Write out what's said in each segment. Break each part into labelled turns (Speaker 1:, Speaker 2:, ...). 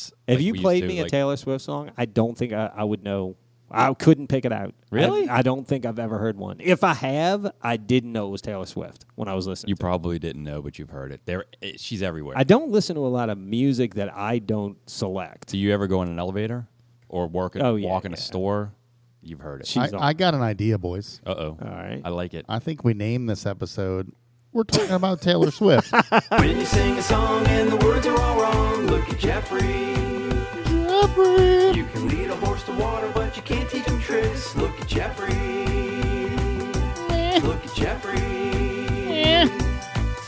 Speaker 1: If
Speaker 2: like
Speaker 1: you
Speaker 2: we used
Speaker 1: played
Speaker 2: to,
Speaker 1: me a
Speaker 2: like-
Speaker 1: Taylor Swift song, I don't think I, I would know. I couldn't pick it out.
Speaker 2: Really?
Speaker 1: I, I don't think I've ever heard one. If I have, I didn't know it was Taylor Swift when I was listening.
Speaker 2: You
Speaker 1: to it.
Speaker 2: probably didn't know, but you've heard it. There, it, she's everywhere.
Speaker 1: I don't listen to a lot of music that I don't select.
Speaker 2: Do you ever go in an elevator or work?
Speaker 1: Oh, yeah,
Speaker 2: walk in a
Speaker 1: yeah.
Speaker 2: store. You've heard it.
Speaker 1: She- She's on.
Speaker 3: I, I got an idea, boys.
Speaker 2: Uh oh.
Speaker 1: All right.
Speaker 2: I like it.
Speaker 3: I think we name this episode. We're talking about Taylor Swift.
Speaker 4: When you sing a song and the words are all wrong, look at Jeffrey. You can lead a horse to water, but you can't teach him tricks. Look at Jeffrey. Look at Jeffrey. Look at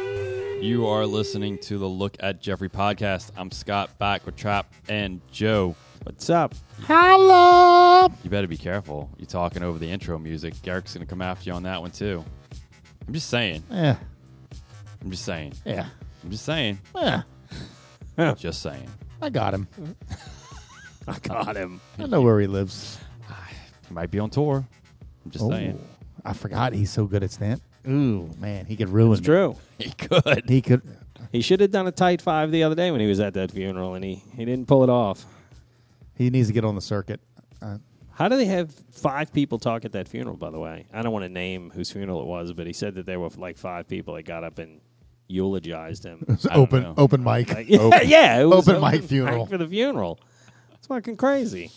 Speaker 4: Jeffrey.
Speaker 2: You are listening to the Look at Jeffrey podcast. I'm Scott back with Trap and Joe.
Speaker 1: What's up?
Speaker 3: Hello.
Speaker 2: You better be careful. You're talking over the intro music. Garrick's gonna come after you on that one too. I'm just saying.
Speaker 3: Yeah.
Speaker 2: I'm just saying.
Speaker 3: Eh, Yeah.
Speaker 2: I'm just saying.
Speaker 3: Yeah.
Speaker 2: Just saying.
Speaker 3: I got him.
Speaker 1: I got him.
Speaker 3: I know where he lives.
Speaker 2: Might be on tour. I'm just saying.
Speaker 3: I forgot he's so good at stand. Ooh, man, he could ruin.
Speaker 1: It's true.
Speaker 2: He could.
Speaker 3: He could.
Speaker 1: He should have done a tight five the other day when he was at that funeral, and he, he didn't pull it off.
Speaker 3: He needs to get on the circuit. Uh,
Speaker 1: How do they have five people talk at that funeral, by the way? I don't want to name whose funeral it was, but he said that there were like five people that got up and eulogized him.
Speaker 3: it's
Speaker 2: don't
Speaker 3: open,
Speaker 2: know.
Speaker 3: open mic.
Speaker 1: Like, yeah, yeah, it was
Speaker 3: Open mic funeral.
Speaker 1: for the funeral. It's fucking crazy.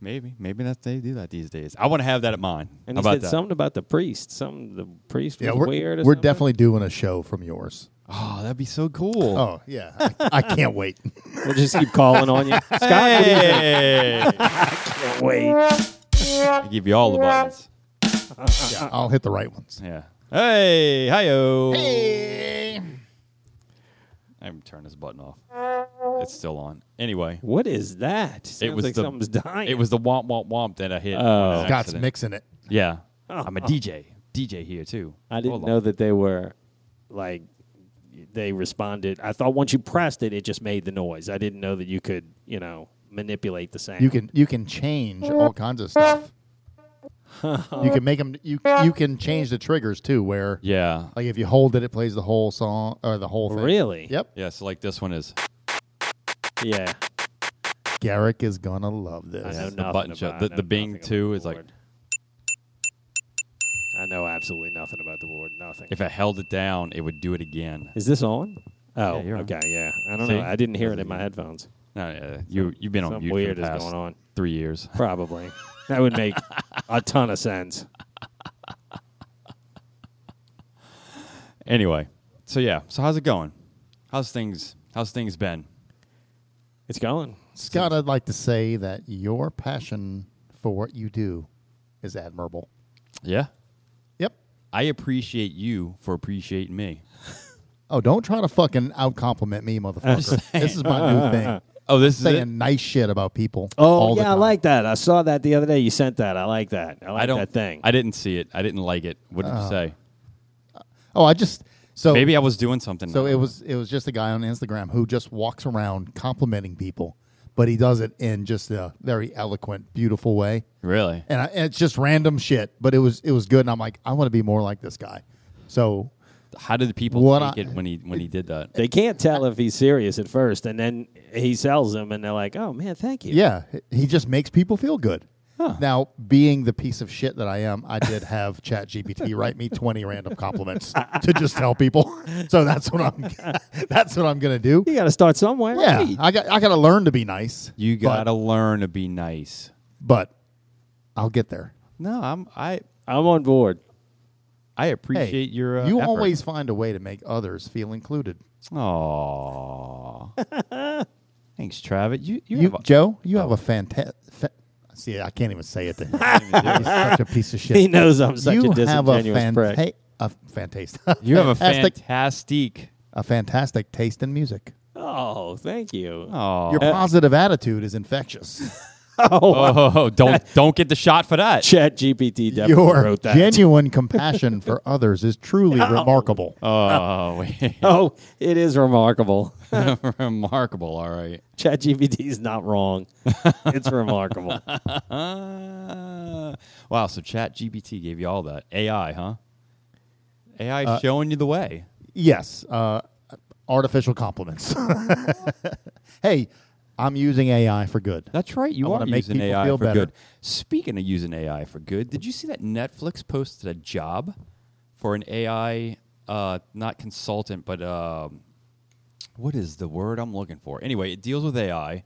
Speaker 2: Maybe. Maybe that's they do that these days. I want to have that at mine.
Speaker 1: And
Speaker 2: How
Speaker 1: he
Speaker 2: about
Speaker 1: said
Speaker 2: that?
Speaker 1: something about the priest. Something the priest was
Speaker 3: yeah, we're,
Speaker 1: weird. Or
Speaker 3: we're
Speaker 1: something.
Speaker 3: definitely doing a show from yours.
Speaker 2: oh, that'd be so cool.
Speaker 3: Oh yeah, I, I can't wait.
Speaker 1: We'll just keep calling on you, Scott. what do you think?
Speaker 2: Hey!
Speaker 1: Wait,
Speaker 2: I give you all the buttons.
Speaker 3: Yeah, I'll hit the right ones.
Speaker 2: Yeah. Hey, hi-yo. I haven't turned this button off. It's still on. Anyway,
Speaker 1: what is that? Sounds
Speaker 2: it was
Speaker 1: like
Speaker 2: the
Speaker 1: something's dying.
Speaker 2: It was the womp womp womp that I
Speaker 1: Oh.
Speaker 2: hit. on an
Speaker 3: Scott's
Speaker 2: accident.
Speaker 3: mixing it.
Speaker 2: Yeah, I'm a DJ. DJ here too.
Speaker 1: I didn't
Speaker 2: Hold on.
Speaker 1: know that they were like they responded. I thought once you pressed it, it just made the noise. I didn't know that you could, you know, manipulate the sound.
Speaker 3: You can you can change all kinds of stuff. you can make them. You you can change the triggers too. Where
Speaker 2: Yeah,
Speaker 3: like if you hold it, it plays the whole song or the whole thing.
Speaker 1: Really?
Speaker 3: Yep.
Speaker 2: yeah. So like this one is
Speaker 1: Yeah.
Speaker 3: Garrick is gonna love this.
Speaker 1: I know
Speaker 2: the
Speaker 1: nothing
Speaker 2: button
Speaker 1: about,
Speaker 2: shot.
Speaker 1: I
Speaker 2: The-
Speaker 1: know
Speaker 2: the Bing
Speaker 1: nothing about
Speaker 2: too
Speaker 1: the
Speaker 2: is like-
Speaker 1: board. I know absolutely nothing about the board. Nothing.
Speaker 2: if I held it down, it would do it again.
Speaker 1: is this on? Oh,
Speaker 2: Yeah, you're on.
Speaker 1: okay, yeah. I don't
Speaker 2: See?
Speaker 1: know. I didn't hear it in my headphones.
Speaker 2: No, yeah, uh, you you've been on
Speaker 1: Something
Speaker 2: mute
Speaker 1: weird
Speaker 2: for the
Speaker 1: is
Speaker 2: past
Speaker 1: going on.
Speaker 2: three years.
Speaker 1: Probably. that would make a ton of sense.
Speaker 2: Anyway, so yeah. So how's it going? How's things? How's things been?
Speaker 1: It's going.
Speaker 3: Scott, I'd like to say that your passion for what you do is admirable.
Speaker 2: Yeah,
Speaker 3: Yep.
Speaker 2: I appreciate you for appreciating me.
Speaker 3: Oh, don't try to fucking out compliment me, motherfucker. this is my new thing.
Speaker 2: Oh, this is it.
Speaker 3: Saying nice shit about people.
Speaker 1: Oh
Speaker 3: all the
Speaker 1: yeah, I
Speaker 3: time.
Speaker 1: like that. I saw that the other day. You sent that. I like that. I like
Speaker 2: I don't.
Speaker 1: that thing.
Speaker 2: I didn't see it. I didn't like it. What did you say?
Speaker 3: Oh, I just Uh, so
Speaker 2: Maybe I was doing something.
Speaker 3: so it was it was just a guy on Instagram who just walks around complimenting people, but he does it in just a very eloquent, beautiful way.
Speaker 2: really.
Speaker 3: And, I, and it's just random shit, but it was it was good. And I'm like, I want to be more like this guy. So
Speaker 2: How did the people
Speaker 3: What
Speaker 2: take
Speaker 3: I-
Speaker 2: it when he when he did that?
Speaker 1: They can't tell if he's serious at first, and then he sells them, and they're like, "Oh man, thank you."
Speaker 3: Yeah, he just makes people feel good. Now, being the piece of shit that I am, I did have ChatGPT write me twenty random compliments to just tell people. So that's what I'm. That's what I'm gonna do.
Speaker 1: you got to start somewhere.
Speaker 3: Yeah, I got. I got to learn to be nice.
Speaker 2: You
Speaker 3: but-
Speaker 2: gotta learn to be nice.
Speaker 3: but I'll get there.
Speaker 2: No, I'm I
Speaker 1: I'm on board.
Speaker 2: I appreciate your. Uh,
Speaker 3: you always find a way to make others feel included.
Speaker 2: Oh. Thanks, Travis. You you,
Speaker 3: You,
Speaker 2: have a-
Speaker 3: Joe, you have a fantastic. Fa- See, I can't even say it to him. He's such a piece of shit.
Speaker 1: He knows I'm such
Speaker 3: you
Speaker 1: a
Speaker 3: have a
Speaker 1: disingenuous prick.
Speaker 3: fantastic. A fantastic.
Speaker 2: you have a
Speaker 3: fantastic.
Speaker 2: fantastic.
Speaker 3: a fantastic taste in music.
Speaker 1: Oh, thank you.
Speaker 2: Oh.
Speaker 3: Your positive attitude is infectious.
Speaker 2: oh, don't don't get the shot for that.
Speaker 1: Chat GPT definitely
Speaker 3: Your
Speaker 1: wrote that.
Speaker 3: genuine compassion for others is truly remarkable.
Speaker 2: Oh,
Speaker 1: oh, it is remarkable.
Speaker 2: remarkable. All right.
Speaker 1: Chat GPT is not wrong. it's remarkable.
Speaker 2: Uh, wow. So Chat GPT gave you all Uh, that AI, huh? AI showing you the way.
Speaker 3: Yes, uh, artificial compliments. hey, I'm using AI for good.
Speaker 2: That's right. You
Speaker 3: I
Speaker 2: are
Speaker 3: wanna make
Speaker 2: using
Speaker 3: people
Speaker 2: AI
Speaker 3: feel
Speaker 2: for
Speaker 3: better.
Speaker 2: good. Speaking of using AI for good, did you see that Netflix posted a job for an AI, uh, not consultant, but um, what is the word I'm looking for? Anyway, it deals with AI,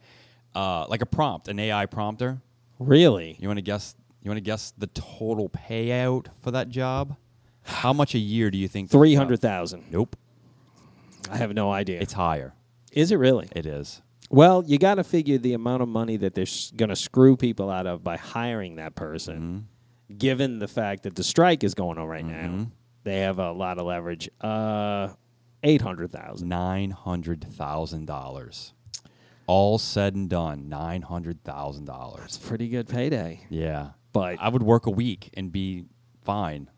Speaker 2: uh, like a prompt, an AI prompter.
Speaker 1: Really?
Speaker 2: You want to guess? You want to guess the total payout for that job? How much a year do you think? that job-
Speaker 1: Three hundred thousand.
Speaker 2: Nope,
Speaker 1: I have no idea.
Speaker 2: it's higher.
Speaker 1: Is it really?
Speaker 2: It is.
Speaker 1: Well, you got to figure the amount of money that they're going to screw people out of by hiring that person,
Speaker 2: Mm-hmm.
Speaker 1: given the fact that the strike is going on right now. They have a lot of leverage. Uh, eight hundred thousand.
Speaker 2: nine hundred thousand dollars. All said and done, nine hundred thousand dollars.
Speaker 1: Pretty good payday.
Speaker 2: Yeah,
Speaker 1: But-
Speaker 2: I would work a week and be fine.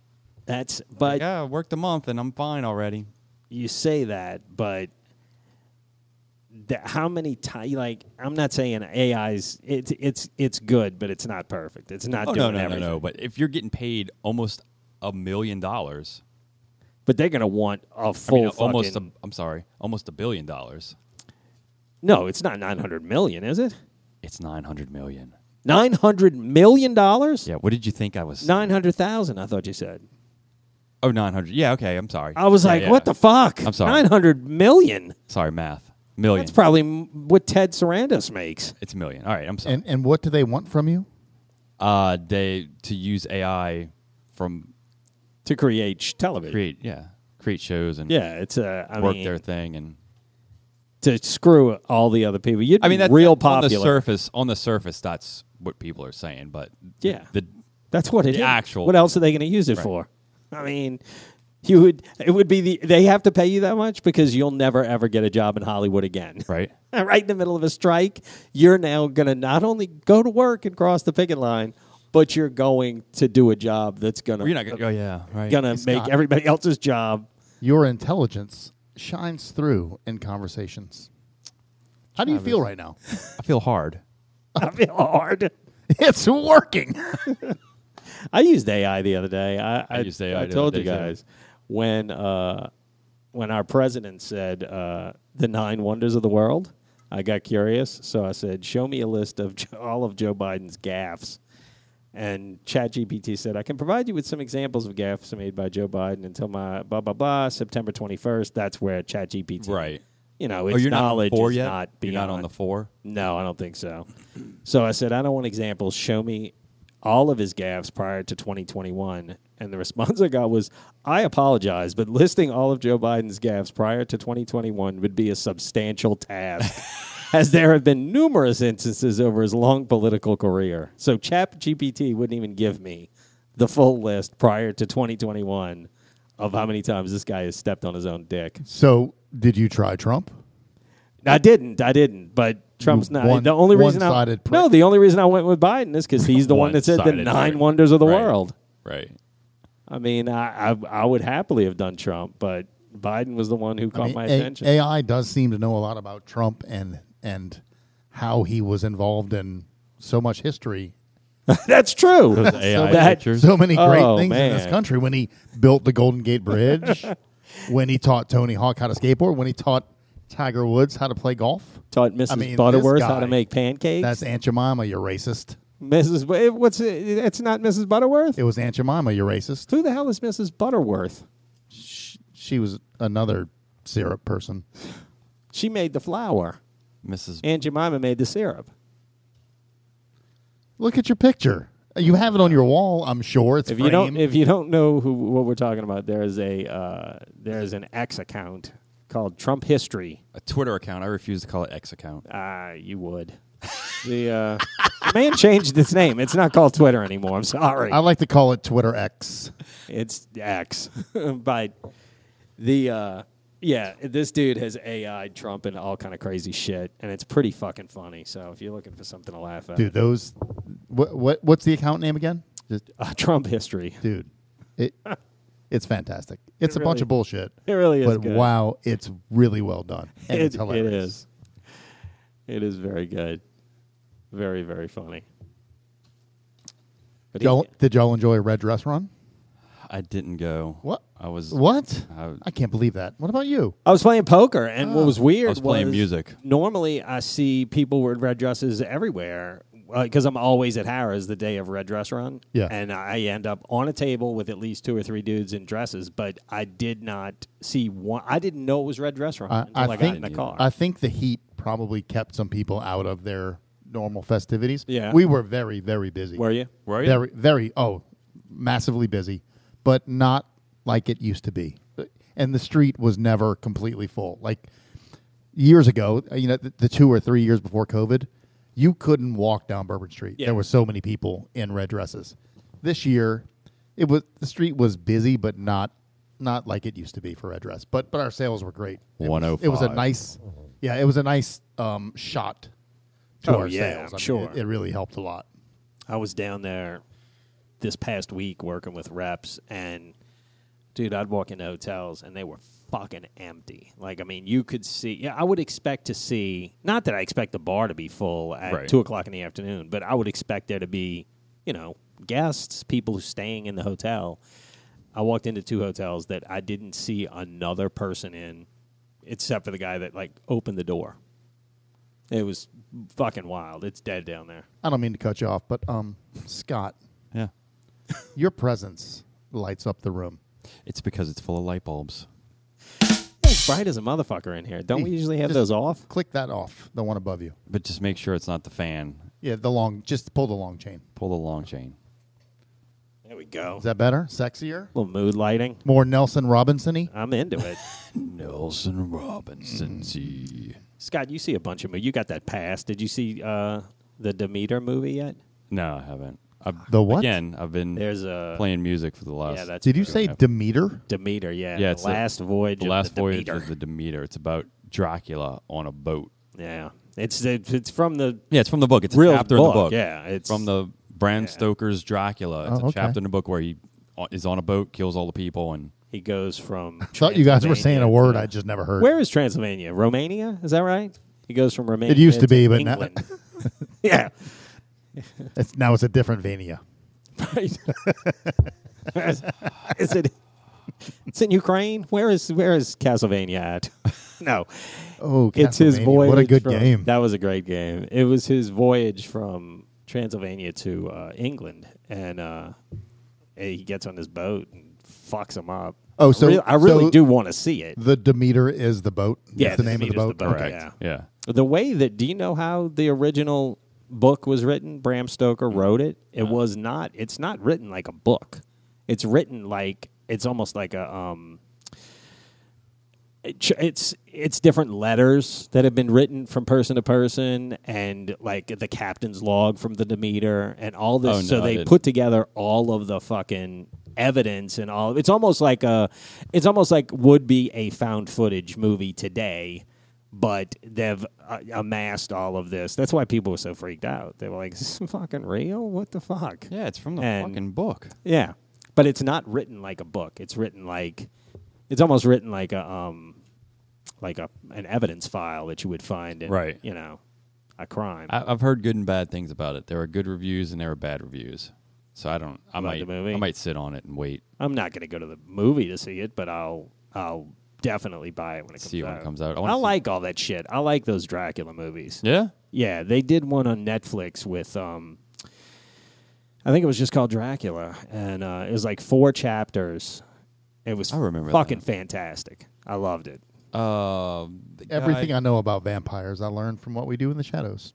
Speaker 1: That's but
Speaker 2: yeah, I worked a month and I'm fine already.
Speaker 1: you say that, but that how many times? Like, I'm not saying AI's it's it's it's good, but it's not perfect. It's not
Speaker 2: Oh no,
Speaker 1: doing
Speaker 2: no, no,
Speaker 1: everything.
Speaker 2: no. But if you're getting paid almost a million dollars,
Speaker 1: But they're gonna want a
Speaker 2: I
Speaker 1: full
Speaker 2: mean, almost. A,
Speaker 1: fucking-
Speaker 2: I'm sorry, almost a billion dollars.
Speaker 1: no, it's not 900 million, is it?
Speaker 2: It's nine hundred million.
Speaker 1: 900 million dollars?
Speaker 2: Yeah. What did you think I was?
Speaker 1: 900,000, I thought you said.
Speaker 2: Oh, 900. Yeah. Okay. I'm sorry.
Speaker 1: I was
Speaker 2: Yeah,
Speaker 1: like,
Speaker 2: yeah.
Speaker 1: what the fuck?
Speaker 2: I'm sorry.
Speaker 1: 900 million.
Speaker 2: Sorry, math. Million.
Speaker 1: That's probably m- what Ted Sarandis makes.
Speaker 2: it's a million. All right. I'm sorry.
Speaker 3: And and what do they want from you?
Speaker 2: uh, they to use AI from
Speaker 1: To create sh- television.
Speaker 2: create yeah create shows and
Speaker 1: Yeah, it's uh, I
Speaker 2: work
Speaker 1: mean,
Speaker 2: their thing and
Speaker 1: to screw all the other people. You'd
Speaker 2: I mean
Speaker 1: be
Speaker 2: that's
Speaker 1: real
Speaker 2: that-
Speaker 1: popular.
Speaker 2: on the surface on the surface that's what people are saying but
Speaker 1: Yeah.
Speaker 2: the
Speaker 1: That's what it is.
Speaker 2: The actual-
Speaker 1: What else are they going to use it for? I mean, you would it would be the they have to pay you that much because you'll never ever get a job in Hollywood again.
Speaker 2: right
Speaker 1: right in the middle of a strike, you're now going to not only go to work and cross the picket line, but you're going to do a job that's going
Speaker 2: you're not
Speaker 1: to
Speaker 2: gonna oh yeah right
Speaker 1: going to make
Speaker 3: Scott.
Speaker 1: everybody else's job.
Speaker 3: Your intelligence shines through in conversations. How do you feel right now?
Speaker 2: I feel hard
Speaker 1: I feel hard.
Speaker 3: it's working.
Speaker 1: I used AI the other day. I, I,
Speaker 2: used AI
Speaker 1: I
Speaker 2: the
Speaker 1: told
Speaker 2: other
Speaker 1: you
Speaker 2: day, too.
Speaker 1: guys when uh, when our president said uh, the nine wonders of the world. I got curious, so I said, "Show me a list of Jo- all of Joe Biden's gaffes." And ChatGPT said, "I can provide you with some examples of gaffes made by Joe Biden until my blah blah blah September twenty first. That's where ChatGPT,
Speaker 2: Right.
Speaker 1: You know, its
Speaker 2: oh you're not on
Speaker 1: knowledge
Speaker 2: the four
Speaker 1: is
Speaker 2: yet
Speaker 1: not
Speaker 2: you're not on
Speaker 1: beyond-
Speaker 2: the four
Speaker 1: no, I don't think so. So I said, I don't want examples. Show me all of his gaffes prior to 2021. And the response I got was, I apologize, but listing all of Joe Biden's gaffes prior to 2021 would be a substantial task, as there have been numerous instances over his long political career. So Chap GPT wouldn't even give me the full list prior to 2021 of how many times this guy has stepped on his own dick.
Speaker 3: So, did you try Trump?
Speaker 1: I didn't. I didn't. But Trump's not
Speaker 3: one-
Speaker 1: the only reason. I,
Speaker 3: one-sided prick.
Speaker 1: no, the only reason I went with Biden is because he's the one that said the
Speaker 2: One-sided
Speaker 1: nine
Speaker 2: prick.
Speaker 1: wonders of the
Speaker 2: Right.
Speaker 1: world.
Speaker 2: right
Speaker 1: I mean, I, I I would happily have done Trump, but Biden was the one who caught
Speaker 3: I mean,
Speaker 1: my
Speaker 3: A-
Speaker 1: attention.
Speaker 3: AI does seem to know a lot about Trump and and how he was involved in so much history,
Speaker 1: That's true.
Speaker 2: those AI
Speaker 1: that-
Speaker 2: pictures
Speaker 3: so many great
Speaker 1: Oh,
Speaker 3: things in this
Speaker 1: man.
Speaker 3: country. When he built the Golden Gate Bridge, when he taught Tony Hawk how to skateboard, when he taught Tiger Woods how to play golf.
Speaker 1: Taught Mrs.
Speaker 3: I mean, this
Speaker 1: Butterworth how to
Speaker 3: guy-
Speaker 1: make pancakes.
Speaker 3: That's Aunt Jemima, you racist.
Speaker 1: Mrs. Bu- What's it? It's not Mrs. Butterworth.
Speaker 3: It was Aunt Jemima, you racist.
Speaker 1: Who the hell is Mrs. Butterworth?
Speaker 3: She, she was another syrup person.
Speaker 1: She made the flour,
Speaker 2: Mrs.
Speaker 1: and Jemima made the syrup.
Speaker 3: Look at your picture. You have it on your wall, I'm sure. It's
Speaker 1: If you don't,
Speaker 3: framed.
Speaker 1: if you don't know who what we're talking about, there is a uh, there is an X account called Trump History.
Speaker 2: a Twitter account I refuse to call it X account
Speaker 1: Uh, you would. the uh, the man changed its name. It's not called Twitter anymore. I'm sorry.
Speaker 3: I like to call it Twitter X.
Speaker 1: It's X. but the uh, yeah, this dude has AI'd Trump and all kind of crazy shit, and it's pretty fucking funny. So if you're looking for something to laugh at,
Speaker 3: dude those what what what's the account name again Just-
Speaker 1: uh, Trump History.
Speaker 3: dude it it's fantastic it's
Speaker 1: It
Speaker 3: a bunch
Speaker 1: really-
Speaker 3: of bullshit
Speaker 1: it really is
Speaker 3: but
Speaker 1: good.
Speaker 3: wow it's really well done and it's
Speaker 1: It, it
Speaker 3: hilarious
Speaker 1: is. It is very good. Very very funny. But he-
Speaker 3: Y'all- did y'all enjoy red dress run
Speaker 2: I didn't go.
Speaker 3: What?
Speaker 2: I was.
Speaker 3: What?
Speaker 2: I-
Speaker 3: I can't believe that. What about you?
Speaker 1: I was playing poker, and what was weird
Speaker 2: I was playing music.
Speaker 1: Normally, I see people wearing red dresses everywhere because I'm always at Harrah's the day of Red Dress Run.
Speaker 3: Yeah.
Speaker 1: and I end up on a table with at least two or three dudes in dresses, but I did not see one. I didn't know it was Red Dress Run
Speaker 3: I,
Speaker 1: until I,
Speaker 3: I
Speaker 1: got
Speaker 3: think
Speaker 1: in the car.
Speaker 3: I think the heat probably kept some people out of their normal festivities.
Speaker 1: Yeah.
Speaker 3: we were very very busy.
Speaker 1: Were you?
Speaker 2: Were you?
Speaker 3: Very very oh, massively busy, but not like it used to be. And the street was never completely full. Like years ago, you know, the, the two or three years before COVID, you couldn't walk down Bourbon Street.
Speaker 1: Yeah.
Speaker 3: There were so many people in red dresses. This year, it was the street was busy, but not not like it used to be for red dress. But but our sales were great. It was- It
Speaker 1: oh
Speaker 3: was a
Speaker 2: 105.
Speaker 3: nice, yeah, it was a nice um, shot to
Speaker 1: Oh,
Speaker 3: our
Speaker 1: yeah, I'm
Speaker 3: sales. I mean,
Speaker 1: sure.
Speaker 3: it, it really helped a lot.
Speaker 1: I was down there this past week working with reps, and dude, I'd walk into hotels and they were fucking empty. Like, I mean, you could see. Yeah, I would expect to see. Not that I expect the bar to be full at
Speaker 2: Right.
Speaker 1: two o'clock in the afternoon, but I would expect there to be, you know, guests, people staying in the hotel. I walked into two hotels that I didn't see another person in, except for the guy that like opened the door. It was fucking wild. It's dead down there.
Speaker 3: I don't mean to cut you off, but um, Scott,
Speaker 2: Yeah.
Speaker 3: your presence lights up the room.
Speaker 2: It's because it's full of light bulbs.
Speaker 1: It's bright as a motherfucker in here. Don't we usually have
Speaker 3: Just
Speaker 1: those off?
Speaker 3: Click that off, the one above you.
Speaker 2: But just make sure it's not the fan.
Speaker 3: Yeah, the long. Just pull the long chain.
Speaker 2: Pull the long chain.
Speaker 1: There we go.
Speaker 3: Is that better? Sexier?
Speaker 1: little mood lighting.
Speaker 3: More Nelson Robinsony?
Speaker 1: I'm into it.
Speaker 2: Nelson Robinson. Mm.
Speaker 1: Scott, you see a bunch of movies. You got that pass. Did you see uh, the Demeter movie yet?
Speaker 2: No, I haven't. I've,
Speaker 3: The what?
Speaker 2: Again, I've been
Speaker 1: There's a
Speaker 2: playing music for the last.
Speaker 1: yeah. That's
Speaker 3: Did you
Speaker 1: true.
Speaker 3: say Demeter?
Speaker 1: Demeter? Yeah.
Speaker 2: Yeah,
Speaker 1: the
Speaker 2: it's the-
Speaker 1: last voyage.
Speaker 2: the
Speaker 1: of
Speaker 2: last
Speaker 1: the
Speaker 2: voyage
Speaker 1: Demeter.
Speaker 2: of the Demeter. It's about Dracula on a boat.
Speaker 1: yeah. It's it's from the
Speaker 2: Yeah, it's from the book. It's
Speaker 1: real
Speaker 2: a chapter
Speaker 1: book.
Speaker 2: in the book.
Speaker 1: Yeah. It's
Speaker 2: from the Bram Stoker's Dracula. It's a
Speaker 3: Oh, okay.
Speaker 2: chapter in the book where he o- is on a boat, kills all the people, and
Speaker 1: he goes from.
Speaker 3: Thought you guys were saying a
Speaker 1: Transylvania
Speaker 3: word
Speaker 1: to-
Speaker 3: I just never heard.
Speaker 1: Where is Transylvania? Romania? Is that right? He goes from Romania.
Speaker 3: used to be, but now-
Speaker 1: England. yeah.
Speaker 3: It's, now it's a different Vania.
Speaker 1: Right. is it? It's in Ukraine. Where is where is Castlevania at? no,
Speaker 3: Oh,
Speaker 1: it's his
Speaker 3: Castlevania.
Speaker 1: voyage.
Speaker 3: What a good
Speaker 1: from-
Speaker 3: game.
Speaker 1: That was a great game. It was his voyage from Transylvania to uh, England, and uh, he gets on this boat and fucks him up.
Speaker 3: Oh, so-
Speaker 1: I really, I really
Speaker 3: so-
Speaker 1: do want to see it.
Speaker 3: the Demeter is the boat.
Speaker 1: Yeah,
Speaker 3: That's the
Speaker 1: the
Speaker 3: name
Speaker 1: Demeter's
Speaker 3: of the boat.
Speaker 1: the boat.
Speaker 3: Okay.
Speaker 1: Yeah.
Speaker 2: yeah.
Speaker 1: The way that do you know how the original book was written? Bram Stoker wrote it. It was not. It's not written like a book. It's written like it's almost like a um. it ch- It's it's different letters that have been written from person to person, and like the captain's log from the Demeter, and all this.
Speaker 2: Oh, no,
Speaker 1: so
Speaker 2: I
Speaker 1: they
Speaker 2: didn't.
Speaker 1: put together all of the fucking evidence and all. It's almost like a, it's almost like would be a found footage movie today, but they've uh, amassed all of this. That's why people were so freaked out. They were like, "Is this fucking real? What the fuck?"
Speaker 2: Yeah, it's from the
Speaker 1: And-
Speaker 2: fucking book.
Speaker 1: Yeah, but it's not written like a book. It's written like it's almost written like a um like a an evidence file that you would find in
Speaker 2: Right.
Speaker 1: you know a crime.
Speaker 2: I, I've heard good and bad things about it. There are good reviews and there are bad reviews. So I don't. I
Speaker 1: About
Speaker 2: might.
Speaker 1: the movie?
Speaker 2: I might sit on it and wait.
Speaker 1: I'm not going to go to the movie to see it, but I'll I'll definitely buy it when it comes
Speaker 2: See it
Speaker 1: out.
Speaker 2: when it comes out. I
Speaker 1: I,
Speaker 2: wanna see-
Speaker 1: like all that shit. I like those Dracula movies.
Speaker 2: Yeah.
Speaker 1: Yeah, they did one on Netflix with um I think it was just called Dracula and uh it was like four chapters. It was
Speaker 2: I remember
Speaker 1: fucking
Speaker 2: that.
Speaker 1: fantastic. I loved it.
Speaker 2: Uh, the
Speaker 3: Everything
Speaker 2: guy-
Speaker 3: I know about vampires, I learned from what we do in the shadows.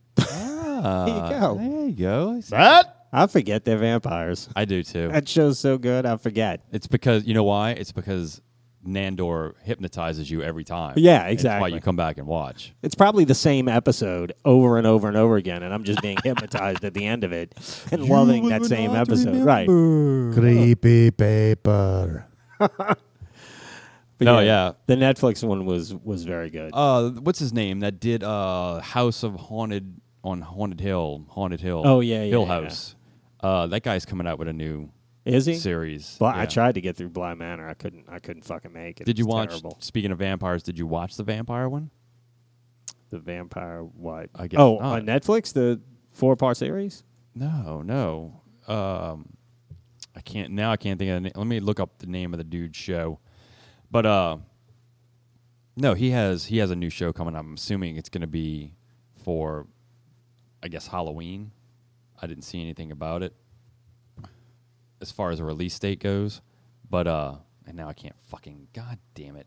Speaker 2: Ah,
Speaker 1: There you
Speaker 2: There you go.
Speaker 3: That
Speaker 1: I forget they're vampires.
Speaker 2: I do too.
Speaker 1: That show's so good, I forget.
Speaker 2: It's because you know why? It's because Nandor hypnotizes you every time.
Speaker 1: Yeah,
Speaker 2: It's
Speaker 1: exactly.
Speaker 2: why you come back and watch.
Speaker 1: It's probably the same episode over and over and over again, and I'm just being hypnotized at the end of it and loving that same episode. Right.
Speaker 3: creepy paper.
Speaker 1: But
Speaker 2: No, yeah.
Speaker 1: The Netflix one was was very good.
Speaker 2: Uh, what's his name that did uh House of Haunted on Haunted Hill, Haunted Hill.
Speaker 1: Oh, yeah, yeah,
Speaker 2: Hill
Speaker 1: yeah.
Speaker 2: House. Uh, that guy's coming out with a new
Speaker 1: Is he?
Speaker 2: series.
Speaker 1: Bly, I
Speaker 2: Yeah.
Speaker 1: tried to get through Bly Manor. I couldn't. I couldn't fucking make it.
Speaker 2: Did
Speaker 1: It
Speaker 2: you
Speaker 1: was
Speaker 2: watch?
Speaker 1: terrible.
Speaker 2: Speaking of vampires, did you watch the vampire one?
Speaker 1: the Vampire White?
Speaker 2: I guess
Speaker 1: oh,
Speaker 2: not.
Speaker 1: on Netflix, the four part series.
Speaker 2: No, no. Um, I can't now. I can't think of. The, na- let me look up the name of the dude's show. But uh, no, he has he has a new show coming. up. I'm assuming it's going to be for, I guess Halloween. I didn't see anything about it as far as a release date goes. But uh, and now I can't fucking god damn it.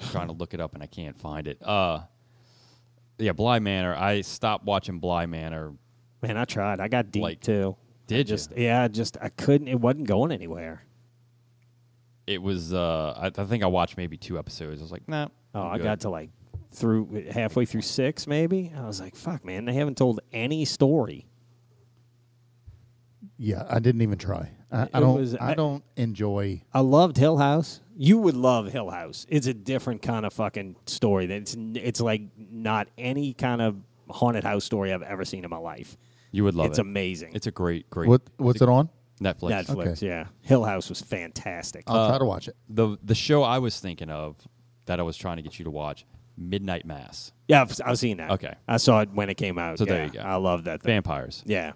Speaker 2: I'm trying to look it up and I can't find it. Uh, yeah, Bly Manor. I stopped watching Bly Manor.
Speaker 1: Man, I tried. I got deep
Speaker 2: Like,
Speaker 1: too.
Speaker 2: did
Speaker 1: I
Speaker 2: ya?
Speaker 1: just yeah, I just I couldn't. It wasn't going anywhere.
Speaker 2: It was uh, I, I think I watched maybe two episodes. I was like, nah.
Speaker 1: Oh,
Speaker 2: I'm
Speaker 1: I
Speaker 2: good.
Speaker 1: got to like through halfway through six, maybe. I was like, "Fuck, man! They haven't told any story."
Speaker 3: Yeah, I didn't even try. I, I
Speaker 1: It
Speaker 3: don't.
Speaker 1: was-
Speaker 3: I,
Speaker 1: I-
Speaker 3: don't enjoy.
Speaker 1: I loved Hill House. You would love Hill House. It's a different kind of fucking story. That It's it's like not any kind of haunted house story I've ever seen in my life.
Speaker 2: You would love
Speaker 1: it's
Speaker 2: it.
Speaker 1: amazing.
Speaker 2: It's a great, great.
Speaker 3: What
Speaker 2: it's
Speaker 3: What's
Speaker 2: a-
Speaker 3: it on?
Speaker 2: Netflix.
Speaker 1: Netflix.
Speaker 3: Okay.
Speaker 1: Yeah, Hill House was fantastic.
Speaker 2: Uh,
Speaker 3: I'll try to watch it.
Speaker 2: The the show I was thinking of that I was trying to get you to watch, Midnight Mass.
Speaker 1: yeah, I've, I've seen that.
Speaker 2: Okay.
Speaker 1: I saw it when it came out.
Speaker 2: So there
Speaker 1: yeah.
Speaker 2: you go.
Speaker 1: I love that thing.
Speaker 2: Vampires.
Speaker 1: Yeah,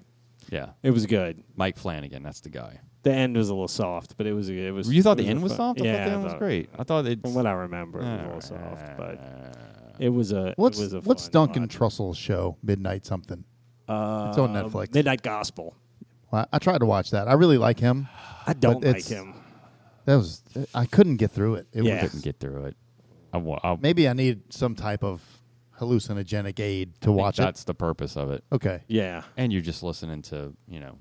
Speaker 2: Yeah.
Speaker 1: it was good.
Speaker 2: Mike Flanagan, that's the guy.
Speaker 1: The end was a little soft, but it was it was.
Speaker 2: You thought
Speaker 1: it
Speaker 2: the
Speaker 1: a
Speaker 2: end was
Speaker 1: fun-
Speaker 2: soft? I
Speaker 1: yeah,
Speaker 2: thought the end was great. I thought it.
Speaker 1: From what I remember, it was a little soft, but it was a.
Speaker 3: What's
Speaker 1: it was a
Speaker 3: What's
Speaker 1: fun
Speaker 3: Duncan
Speaker 1: watch.
Speaker 3: Trussell's show? Midnight something. Uh, it's on Netflix.
Speaker 1: Midnight Gospel.
Speaker 3: Well, I tried to watch that. I really like him.
Speaker 1: I don't like
Speaker 3: it's-
Speaker 1: him.
Speaker 3: That was. I couldn't get through it. It
Speaker 1: Yeah.
Speaker 3: was
Speaker 2: couldn't get through it. I, wa- I think
Speaker 3: Maybe I need some type of hallucinogenic aid to watch it.
Speaker 2: That's the purpose of it.
Speaker 3: Okay,
Speaker 1: Yeah,
Speaker 2: And you're just listening to you know.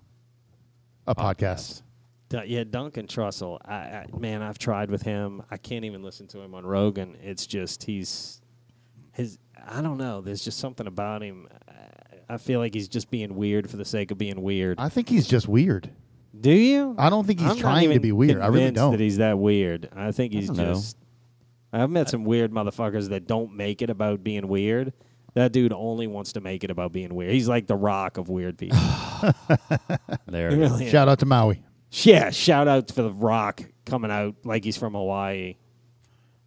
Speaker 3: a podcast.
Speaker 1: Du- yeah. Duncan Trussell. I, I man, I've tried with him. I can't even listen to him on Rogan. It's just he's his. I don't know. There's just something about him. I- I feel like he's just being weird for the sake of being weird.
Speaker 3: I think he's just weird.
Speaker 1: Do you?
Speaker 3: I don't think he's
Speaker 1: I'm not
Speaker 3: trying to
Speaker 1: even
Speaker 3: be weird. I really
Speaker 1: convinced
Speaker 3: don't.
Speaker 1: That he's that weird. I think he's
Speaker 2: don't know.
Speaker 1: just. I've met some weird motherfuckers that don't make it about being weird. That dude only wants to make it about being weird. He's like the rock of weird people.
Speaker 2: There.
Speaker 1: He
Speaker 2: it is.
Speaker 1: really is.
Speaker 3: Shout out to Maui.
Speaker 1: Yeah, shout out for the rock coming out like he's from Hawaii.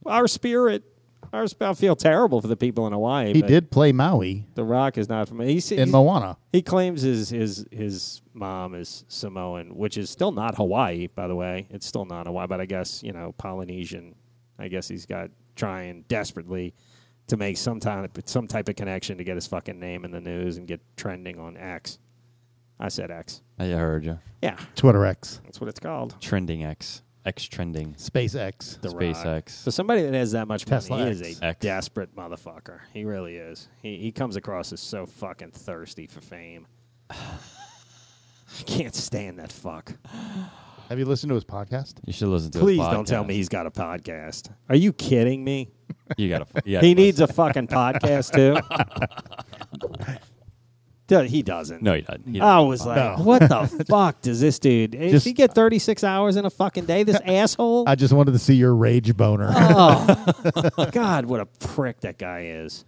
Speaker 1: Our spirit. Our sp- I feel terrible for the people in Hawaii.
Speaker 3: He
Speaker 1: but
Speaker 3: did play Maui
Speaker 1: The rock is not from. He's,
Speaker 3: in
Speaker 1: he's-
Speaker 3: Moana.
Speaker 1: he claims his his his mom is Samoan, which is still not Hawaii, by the way. It's still not Hawaii, but I guess you know Polynesian. I guess he's got trying desperately to make some type some type of connection to get his fucking name in the news and get trending on X. I said X.
Speaker 2: I heard you.
Speaker 1: Yeah,
Speaker 3: Twitter X,
Speaker 1: that's what it's called.
Speaker 2: Trending X. X trending.
Speaker 3: Space X.
Speaker 1: The Rock.
Speaker 2: SpaceX.
Speaker 1: So somebody that has that much
Speaker 3: Tesla
Speaker 1: money he
Speaker 3: X.
Speaker 1: is a
Speaker 2: X.
Speaker 1: desperate motherfucker. He really is. He he comes across as so fucking thirsty for fame. I can't stand that fuck.
Speaker 3: Have you listened to his podcast?
Speaker 2: You should listen to. his
Speaker 1: Please don't tell
Speaker 2: podcast.
Speaker 1: me he's got a podcast. Are you kidding me?
Speaker 2: You gotta. f- Yeah.
Speaker 1: he
Speaker 2: listen.
Speaker 1: needs a fucking podcast too. Do- he doesn't.
Speaker 2: No, he doesn't. He
Speaker 1: I
Speaker 2: doesn't.
Speaker 1: was like, what the fuck does this dude? Does
Speaker 3: Just-
Speaker 1: he get 36 hours in a fucking day? This asshole?
Speaker 3: I just wanted to see your rage boner.
Speaker 2: Oh.
Speaker 1: God, what a prick that guy is.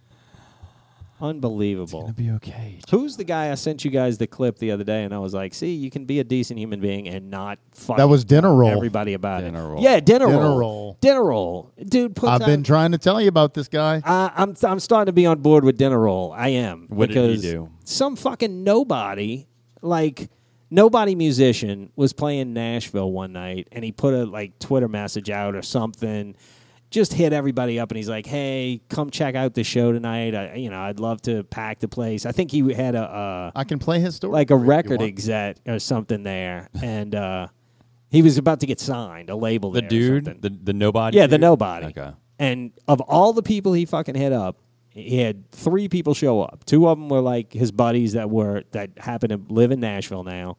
Speaker 1: Unbelievable.
Speaker 2: be okay.
Speaker 1: Who's the guy I sent you guys the clip the other day, and I was like, "See, you can be a decent human being and not fuck."
Speaker 3: That was dinner roll.
Speaker 1: Everybody about it.
Speaker 2: Dinner roll.
Speaker 1: Yeah, dinner,
Speaker 3: Dinner
Speaker 1: roll.
Speaker 3: roll.
Speaker 1: Dinner roll. Dude, puts
Speaker 3: I've
Speaker 1: out-
Speaker 3: been trying to tell you about this guy.
Speaker 1: I, I'm I'm starting to be on board with dinner roll. I am.
Speaker 2: What did he
Speaker 1: because
Speaker 2: do?
Speaker 1: Some fucking nobody, like nobody musician, was playing Nashville one night, and he put a like Twitter message out or something. Just hit everybody up, and he's like, "Hey, come check out the show tonight. I, you know, I'd love to pack the place. I think he had a." Uh,
Speaker 3: I can play his story.
Speaker 1: like a
Speaker 3: for you if you
Speaker 1: record
Speaker 3: want.
Speaker 1: exec or something there, and uh, he was about to get signed, a label.
Speaker 2: The
Speaker 1: there or
Speaker 2: dude,
Speaker 1: something.
Speaker 2: the, the nobody.
Speaker 1: yeah, the
Speaker 2: dude?
Speaker 1: nobody.
Speaker 2: Okay.
Speaker 1: And of all the people he fucking hit up, he had three people show up. Two of them were like his buddies that were that happen to live in Nashville now.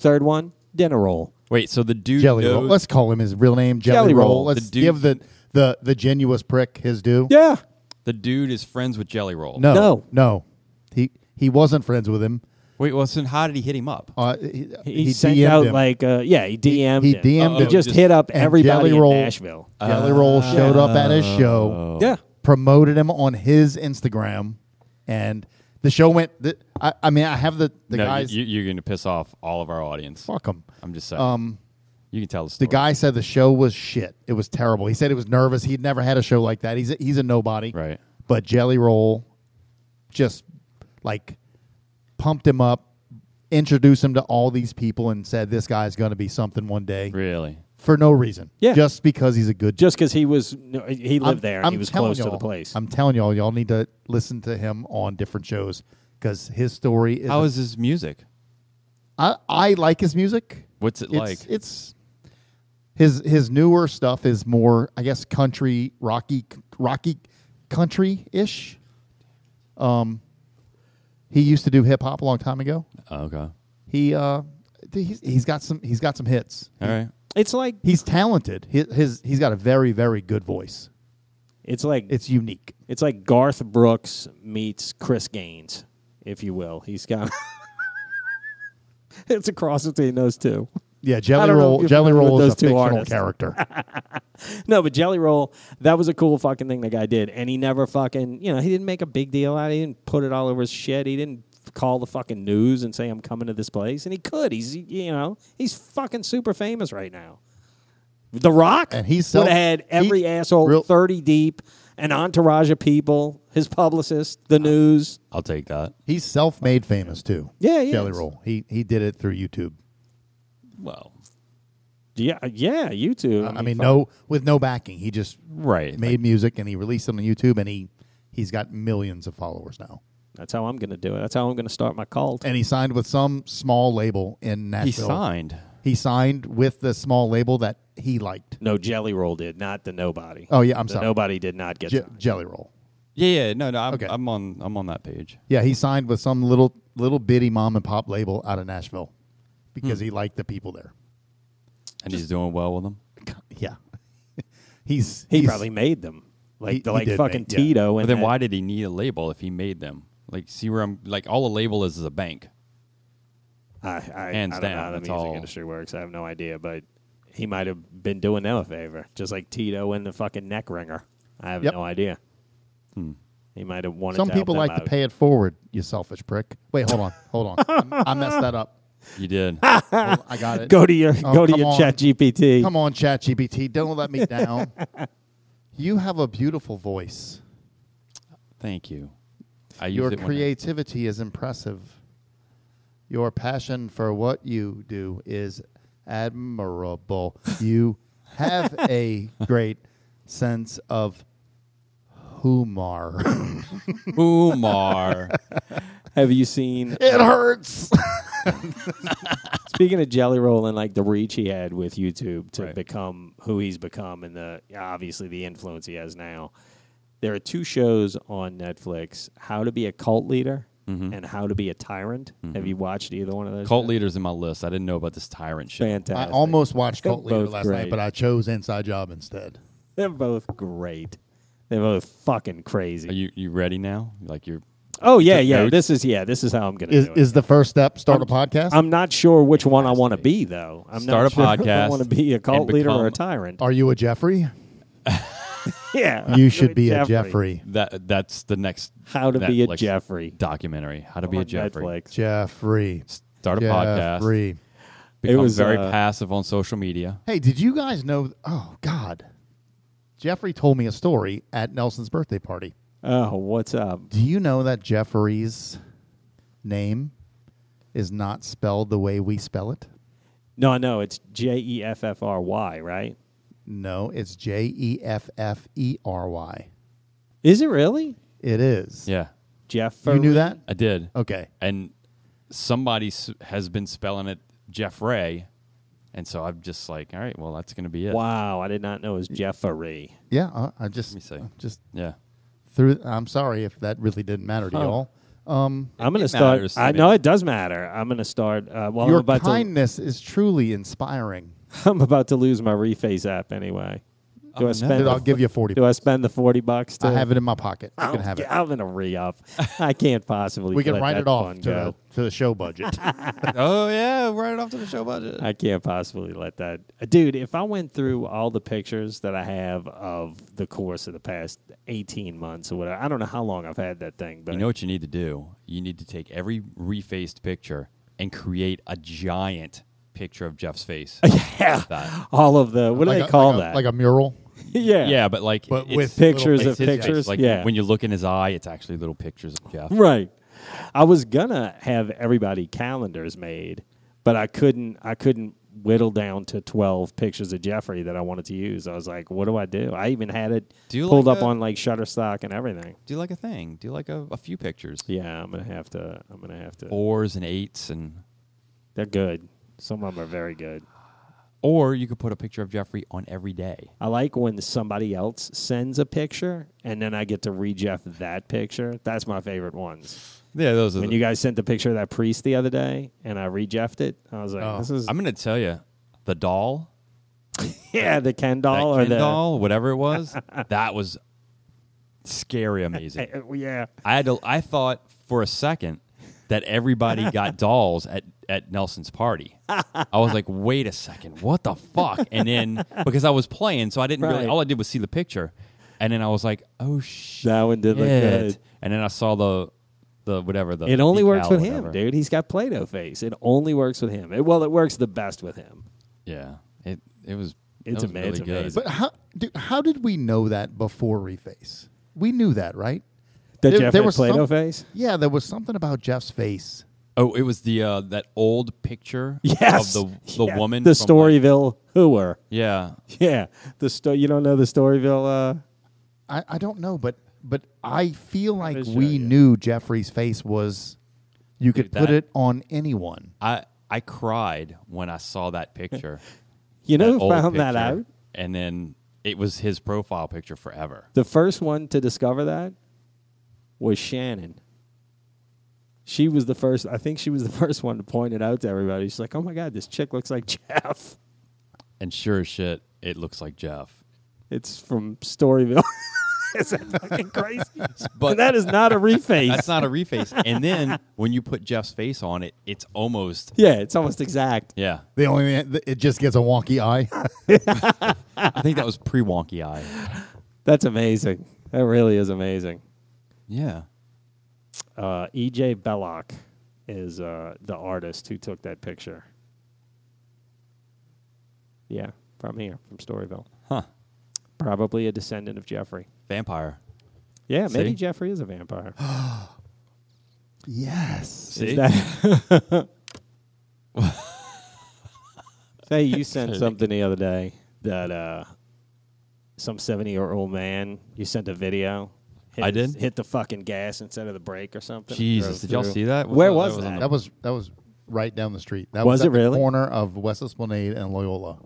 Speaker 1: Third one, dinner roll.
Speaker 2: Wait, so the dude
Speaker 3: Jelly
Speaker 2: knows,
Speaker 3: Roll. Let's call him his real name, Jelly,
Speaker 1: Jelly
Speaker 3: Roll.
Speaker 1: Roll.
Speaker 3: Let's
Speaker 2: The dude-
Speaker 3: give the the the genuous prick his due.
Speaker 1: Yeah,
Speaker 2: the dude is friends with Jelly Roll.
Speaker 3: No,
Speaker 1: No.
Speaker 3: no. He he wasn't friends with him.
Speaker 2: Wait, well, so how did he hit him up?
Speaker 3: Uh, he,
Speaker 1: he,
Speaker 3: he
Speaker 1: sent
Speaker 3: DM'd
Speaker 1: out
Speaker 3: him.
Speaker 1: like uh, yeah, he DM'd.
Speaker 3: he
Speaker 1: him.
Speaker 3: DM'd
Speaker 1: He
Speaker 2: him.
Speaker 1: just
Speaker 2: Just-
Speaker 1: hit up
Speaker 3: and
Speaker 1: everybody
Speaker 3: Jelly
Speaker 1: in
Speaker 3: Roll-
Speaker 1: Nashville.
Speaker 3: Jelly Roll showed up at his show.
Speaker 1: Yeah.
Speaker 3: promoted him on his Instagram, and the show went. The, I, I mean, I have the the
Speaker 2: no,
Speaker 3: guys.
Speaker 2: you, you're going to piss off all of our audience.
Speaker 3: fuck him.
Speaker 2: I'm just saying. Um, you can tell the
Speaker 3: The
Speaker 2: story.
Speaker 3: guy said the show was shit. It was terrible. He said he was nervous. He'd never had a show like that. He's a, he's a nobody.
Speaker 2: Right.
Speaker 3: But Jelly Roll just like pumped him up, introduced him to all these people and said this guy's going to be something one day
Speaker 2: Really?
Speaker 3: for no reason.
Speaker 1: Yeah.
Speaker 3: Just because he's a good
Speaker 1: Just because he was, no, he lived
Speaker 3: I'm-
Speaker 1: there and
Speaker 3: I'm
Speaker 1: he was
Speaker 3: telling
Speaker 1: close to the
Speaker 3: y'all-
Speaker 1: place.
Speaker 3: I'm telling y'all, y'all need to listen to him on different shows because his story is.
Speaker 2: How is his music?
Speaker 3: I, I like his music.
Speaker 2: What's it
Speaker 3: It's-
Speaker 2: like?
Speaker 3: It's his his newer stuff is more, I guess, country, rocky, rocky, country ish. Um, he used to do hip hop a long time ago.
Speaker 2: Oh, okay. All
Speaker 3: He uh, he's, he's got some he's got some hits.
Speaker 2: right.
Speaker 1: it's like
Speaker 3: He's talented. His, his he's got a very very good voice.
Speaker 1: it's like it's,
Speaker 3: It's unique.
Speaker 1: like Garth Brooks meets Chris Gaines, if you will. He's got. it's a cross between those two.
Speaker 3: Yeah,
Speaker 1: I
Speaker 3: Jelly
Speaker 1: don't know
Speaker 3: Roll.
Speaker 1: if you're
Speaker 3: Jelly
Speaker 1: familiar with
Speaker 3: Roll is
Speaker 1: those
Speaker 3: a
Speaker 1: two
Speaker 3: fictional
Speaker 1: artists.
Speaker 3: character.
Speaker 1: No, but Jelly Roll, that was a cool fucking thing the guy did. And he never fucking, you know, he didn't make a big deal out of it. He didn't put it all over his shit. He didn't call the fucking news and say, I'm coming to this place. And he could. He's, you know, he's fucking super famous right now. The Rock
Speaker 3: And he's
Speaker 1: would
Speaker 3: self-
Speaker 1: have had every
Speaker 3: he-
Speaker 1: asshole
Speaker 3: real-
Speaker 1: 30 deep, an entourage of people, his publicist, the news.
Speaker 2: I'll take that.
Speaker 3: He's self-made famous too.
Speaker 1: Yeah, he
Speaker 3: Jelly
Speaker 1: is.
Speaker 3: Roll. He he did it through YouTube.
Speaker 2: Well,
Speaker 1: Yeah, uh, yeah, you too.
Speaker 3: I mean, no, with no backing, he just
Speaker 2: right.
Speaker 3: made music and he released it on YouTube, and he he's got millions of followers now.
Speaker 1: that's how I'm going to do it. That's how I'm going to start my cult.
Speaker 3: And he signed with some small label in Nashville.
Speaker 2: he signed.
Speaker 3: He signed with the small label that he liked.
Speaker 1: no, Jelly Roll did, not the Nobody.
Speaker 3: Oh yeah, I'm
Speaker 1: The
Speaker 3: sorry,
Speaker 1: Nobody did not get
Speaker 3: Je-
Speaker 1: signed.
Speaker 3: Jelly Roll.
Speaker 2: Yeah, yeah. No, no. I'm,
Speaker 3: Okay.
Speaker 2: I'm on. I'm on that page.
Speaker 3: Yeah, he signed with some little little bitty mom and pop label out of Nashville because he liked the people there.
Speaker 2: And he's doing well with them.
Speaker 3: Yeah, he's
Speaker 1: He
Speaker 3: he's-
Speaker 1: probably made them. Like
Speaker 3: He- he
Speaker 1: like
Speaker 3: did
Speaker 1: fucking
Speaker 3: make- yeah.
Speaker 1: Tito
Speaker 2: But
Speaker 1: and
Speaker 2: then
Speaker 1: that-
Speaker 2: why did he need a label if he made them? Like, see where I'm. Like, all a label is is a bank.
Speaker 1: I, I,
Speaker 2: Hands
Speaker 1: I
Speaker 2: down,
Speaker 1: don't know how the
Speaker 2: that's
Speaker 1: music
Speaker 2: all.
Speaker 1: industry works. I have no idea, but he might have been doing them a favor, just like Tito and the fucking neck ringer. I have
Speaker 3: Yep.
Speaker 1: no idea.
Speaker 2: Hmm.
Speaker 1: He might have wanted.
Speaker 3: Some
Speaker 1: to help
Speaker 3: people
Speaker 1: them
Speaker 3: like
Speaker 1: out.
Speaker 3: to pay it forward. You selfish prick. Wait, hold on, hold on. I'm- I messed that up.
Speaker 2: You did.
Speaker 3: Hold on, I got it.
Speaker 1: Go to your
Speaker 3: Oh,
Speaker 1: go to
Speaker 3: come
Speaker 1: your
Speaker 3: on.
Speaker 1: Chat GPT.
Speaker 3: Come on, ChatGPT. Don't let me down. you have a beautiful voice.
Speaker 2: Thank you. I use
Speaker 3: Your
Speaker 2: it when I-
Speaker 3: creativity is impressive. Your passion for what you do is admirable. You have a great sense of humor.
Speaker 2: Umar.
Speaker 1: Have you seen?
Speaker 3: it hurts.
Speaker 1: speaking of Jelly Roll and like the reach he had with YouTube to
Speaker 2: Right.
Speaker 1: become who he's become, and the obviously the influence he has now. There are two shows on Netflix: How to Be a Cult Leader and How to Be a Tyrant. Have you watched either one of those?
Speaker 2: Mm-hmm. Cult
Speaker 1: shows?
Speaker 2: leaders in my list. I didn't know about this tyrant shit.
Speaker 3: I
Speaker 1: Fantastic.
Speaker 3: almost watched
Speaker 1: They're
Speaker 3: Cult Leader
Speaker 1: both
Speaker 3: last
Speaker 1: great.
Speaker 3: night, but I chose Inside Job instead.
Speaker 1: They're both great. They're both fucking crazy.
Speaker 2: Are you you ready now? Like you're.
Speaker 1: oh yeah, yeah.
Speaker 2: notes?
Speaker 1: This is yeah. This is how I'm gonna
Speaker 3: Is,
Speaker 1: do it.
Speaker 3: is the first step start a podcast?
Speaker 1: I'm not sure which one I want to be though. I'm
Speaker 2: Start
Speaker 1: not
Speaker 2: a
Speaker 1: sure if I
Speaker 2: podcast
Speaker 1: want to be a cult
Speaker 2: and
Speaker 1: leader or a
Speaker 2: become-
Speaker 1: tyrant.
Speaker 3: Are you a Jeffrey?
Speaker 1: yeah,
Speaker 3: You should be a Jeffrey.
Speaker 2: That that's the next.
Speaker 1: How to be a
Speaker 2: Netflix
Speaker 1: Jeffrey.
Speaker 2: documentary. How to be a
Speaker 1: on
Speaker 2: Jeffrey.
Speaker 1: Netflix.
Speaker 3: Jeffrey.
Speaker 2: Start a podcast.
Speaker 3: Jeffrey.
Speaker 2: Become
Speaker 1: was,
Speaker 2: very
Speaker 1: uh,
Speaker 2: passive on social media.
Speaker 3: Hey, did you guys know? Oh God, Jeffrey told me a story at Nelson's birthday party.
Speaker 1: Oh, what's up?
Speaker 3: Do you know that Jeffrey's name is not spelled the way we spell it?
Speaker 1: No, no, it's J E F F R Y, right?
Speaker 3: No, it's J E F F E R Y.
Speaker 1: Is it really
Speaker 3: It is.
Speaker 2: Yeah,
Speaker 1: Jeffrey?
Speaker 3: You knew that?
Speaker 2: I did.
Speaker 3: Okay.
Speaker 2: And somebody s- has been spelling it Jeff Ray, and so I'm just like, all right, well, that's gonna be it.
Speaker 1: Wow, I did not know it was Jeffrey.
Speaker 3: Yeah. uh, I just
Speaker 2: me see.
Speaker 3: I just
Speaker 2: Yeah.
Speaker 3: threw. I'm sorry if that really didn't matter to
Speaker 2: Oh.
Speaker 1: Huh.
Speaker 3: y'all. Um,
Speaker 1: I'm gonna
Speaker 2: It
Speaker 1: start.
Speaker 2: matters to
Speaker 1: I
Speaker 2: me.
Speaker 1: know it does matter. I'm gonna start. Uh, well, I'm
Speaker 3: your
Speaker 1: about to.
Speaker 3: kindness is truly inspiring.
Speaker 1: I'm about to lose my reface app anyway. Do I spend?
Speaker 3: Dude,
Speaker 1: the-
Speaker 3: Oh, I'll give you forty.
Speaker 1: do I spend the forty bucks? To,
Speaker 3: I have it in my pocket. You
Speaker 1: I'm,
Speaker 3: can have it.
Speaker 1: I'm gonna re up. I can't possibly.
Speaker 3: We can
Speaker 1: let
Speaker 3: write
Speaker 1: that
Speaker 3: it off
Speaker 1: fun
Speaker 3: to
Speaker 1: go.
Speaker 3: the, to the show budget.
Speaker 2: oh yeah, write it off to the show budget.
Speaker 1: I can't possibly let that. Dude, if I went through all the pictures that I have of the course of the past 18 months or whatever, I don't know how long I've had that thing, but
Speaker 2: You know what you need to do? You need to take every refaced picture and create a giant picture of Jeff's face. yeah.
Speaker 1: all of the, what do
Speaker 3: Like
Speaker 1: they
Speaker 3: a-
Speaker 1: call
Speaker 3: like a-
Speaker 1: that?
Speaker 3: like a mural.
Speaker 1: yeah.
Speaker 2: Yeah, but like
Speaker 3: But
Speaker 2: it's-
Speaker 3: with
Speaker 1: Pictures of
Speaker 3: little
Speaker 2: it's his face.
Speaker 1: pictures.
Speaker 2: Like
Speaker 1: yeah.
Speaker 2: when you look in his eye, it's actually little pictures of Jeff.
Speaker 1: right. I was gonna have everybody calendars made, but I couldn't. I couldn't whittle down to twelve pictures of Jeffrey that I wanted to use. I was like, what do I do? I even had it
Speaker 2: Do you
Speaker 1: pulled
Speaker 2: like
Speaker 1: up
Speaker 2: a-
Speaker 1: on like Shutterstock and everything.
Speaker 2: Do like a thing. Do like a, a few pictures.
Speaker 1: Yeah, I'm gonna have to. I'm gonna have to.
Speaker 2: Fours and eights and
Speaker 1: They're good. Some of them are very good.
Speaker 2: or you could put a picture of Jeffrey on every day.
Speaker 1: I like when somebody else sends a picture and then I get to re Jeff that picture. That's my favorite ones.
Speaker 2: Yeah, those are
Speaker 1: When
Speaker 2: the,
Speaker 1: you guys sent the picture of that priest the other day and I re Jeffed it, I was like, this is,
Speaker 2: Oh, I'm gonna tell you, the doll,
Speaker 1: yeah, the Ken
Speaker 2: that
Speaker 1: doll or
Speaker 2: Ken
Speaker 1: the.
Speaker 2: doll, whatever it was, that was scary amazing.
Speaker 1: Eh, Yeah.
Speaker 2: I had to, I thought for a second that everybody got dolls at, at Nelson's party. I was like, wait a second, what the fuck? And then because I was playing, so I didn't really
Speaker 1: Right.
Speaker 2: all I did was see the picture. And then I was like, oh shit.
Speaker 1: That one did look good.
Speaker 2: And then I saw the the whatever the
Speaker 1: It only
Speaker 2: decal
Speaker 1: works
Speaker 2: or
Speaker 1: with him,
Speaker 2: whatever.
Speaker 1: dude. He's got Play Doh face. It only works with him. It, well, it works the best with him.
Speaker 2: Yeah. It it was that
Speaker 1: It's
Speaker 2: was
Speaker 1: ama-
Speaker 2: really
Speaker 1: it's
Speaker 2: good.
Speaker 1: amazing.
Speaker 3: But how, dude, how did we know that before Reface? We knew that, right?
Speaker 1: That
Speaker 3: There-
Speaker 1: Jeff
Speaker 3: there
Speaker 1: had
Speaker 3: was
Speaker 1: Play Doh
Speaker 3: some-
Speaker 1: face?
Speaker 3: Yeah, there was something about Jeff's face.
Speaker 2: Oh, it was the uh, that old picture
Speaker 1: Yes.
Speaker 2: of the the
Speaker 1: Yeah.
Speaker 2: woman
Speaker 1: The
Speaker 2: from, like-
Speaker 1: Storyville Hooer.
Speaker 2: yeah.
Speaker 1: Yeah. The sto- You don't know the Storyville. Uh,
Speaker 3: I, I don't know, but but I feel like
Speaker 1: is
Speaker 3: we
Speaker 1: Jeffrey.
Speaker 3: knew Jeffrey's face was. You could
Speaker 2: Dude,
Speaker 3: put
Speaker 2: that-
Speaker 3: it on anyone.
Speaker 2: I I cried when I saw that picture.
Speaker 1: you
Speaker 2: that
Speaker 1: know who
Speaker 2: old
Speaker 1: found that
Speaker 2: picture,
Speaker 1: out?
Speaker 2: And then it was his profile picture forever.
Speaker 1: The first one to discover that was Shannon. She was the first. I think she was the first one to point it out to everybody. She's like, "Oh my god, this chick looks like Jeff.
Speaker 2: And sure as shit, it looks like Jeff.
Speaker 1: It's from Storyville." is that fucking crazy?
Speaker 2: But-
Speaker 1: but that is not a reface.
Speaker 2: That's not a reface. and then when you put Jeff's face on it, it's almost
Speaker 1: yeah, it's almost exact.
Speaker 2: yeah.
Speaker 3: The only man, it just gets a wonky eye.
Speaker 2: I think that was pre wonky eye.
Speaker 1: That's amazing. That really is amazing.
Speaker 2: Yeah.
Speaker 1: Uh, E.J. Belloc is uh, the artist who took that picture. Yeah, from here, from Storyville.
Speaker 2: Huh.
Speaker 1: Probably a descendant of Jeffrey.
Speaker 2: Vampire.
Speaker 1: Yeah, maybe
Speaker 2: See?
Speaker 1: Jeffrey is a vampire.
Speaker 3: yes.
Speaker 2: See?
Speaker 1: Is that? Say you sent something the other day that uh, some seventy-year-old man. You sent a video. Hit
Speaker 2: I
Speaker 1: his-
Speaker 2: did?
Speaker 1: Hit the fucking gas instead of the brake or something. and
Speaker 2: Jesus,
Speaker 1: drove
Speaker 2: did y'all
Speaker 1: through.
Speaker 2: see that?
Speaker 1: Where
Speaker 2: that-
Speaker 1: was
Speaker 2: on
Speaker 1: that?
Speaker 2: the-
Speaker 3: That was that was right down the street. That
Speaker 1: Was
Speaker 3: was, at
Speaker 1: it really?
Speaker 3: the corner of West Esplanade and Loyola,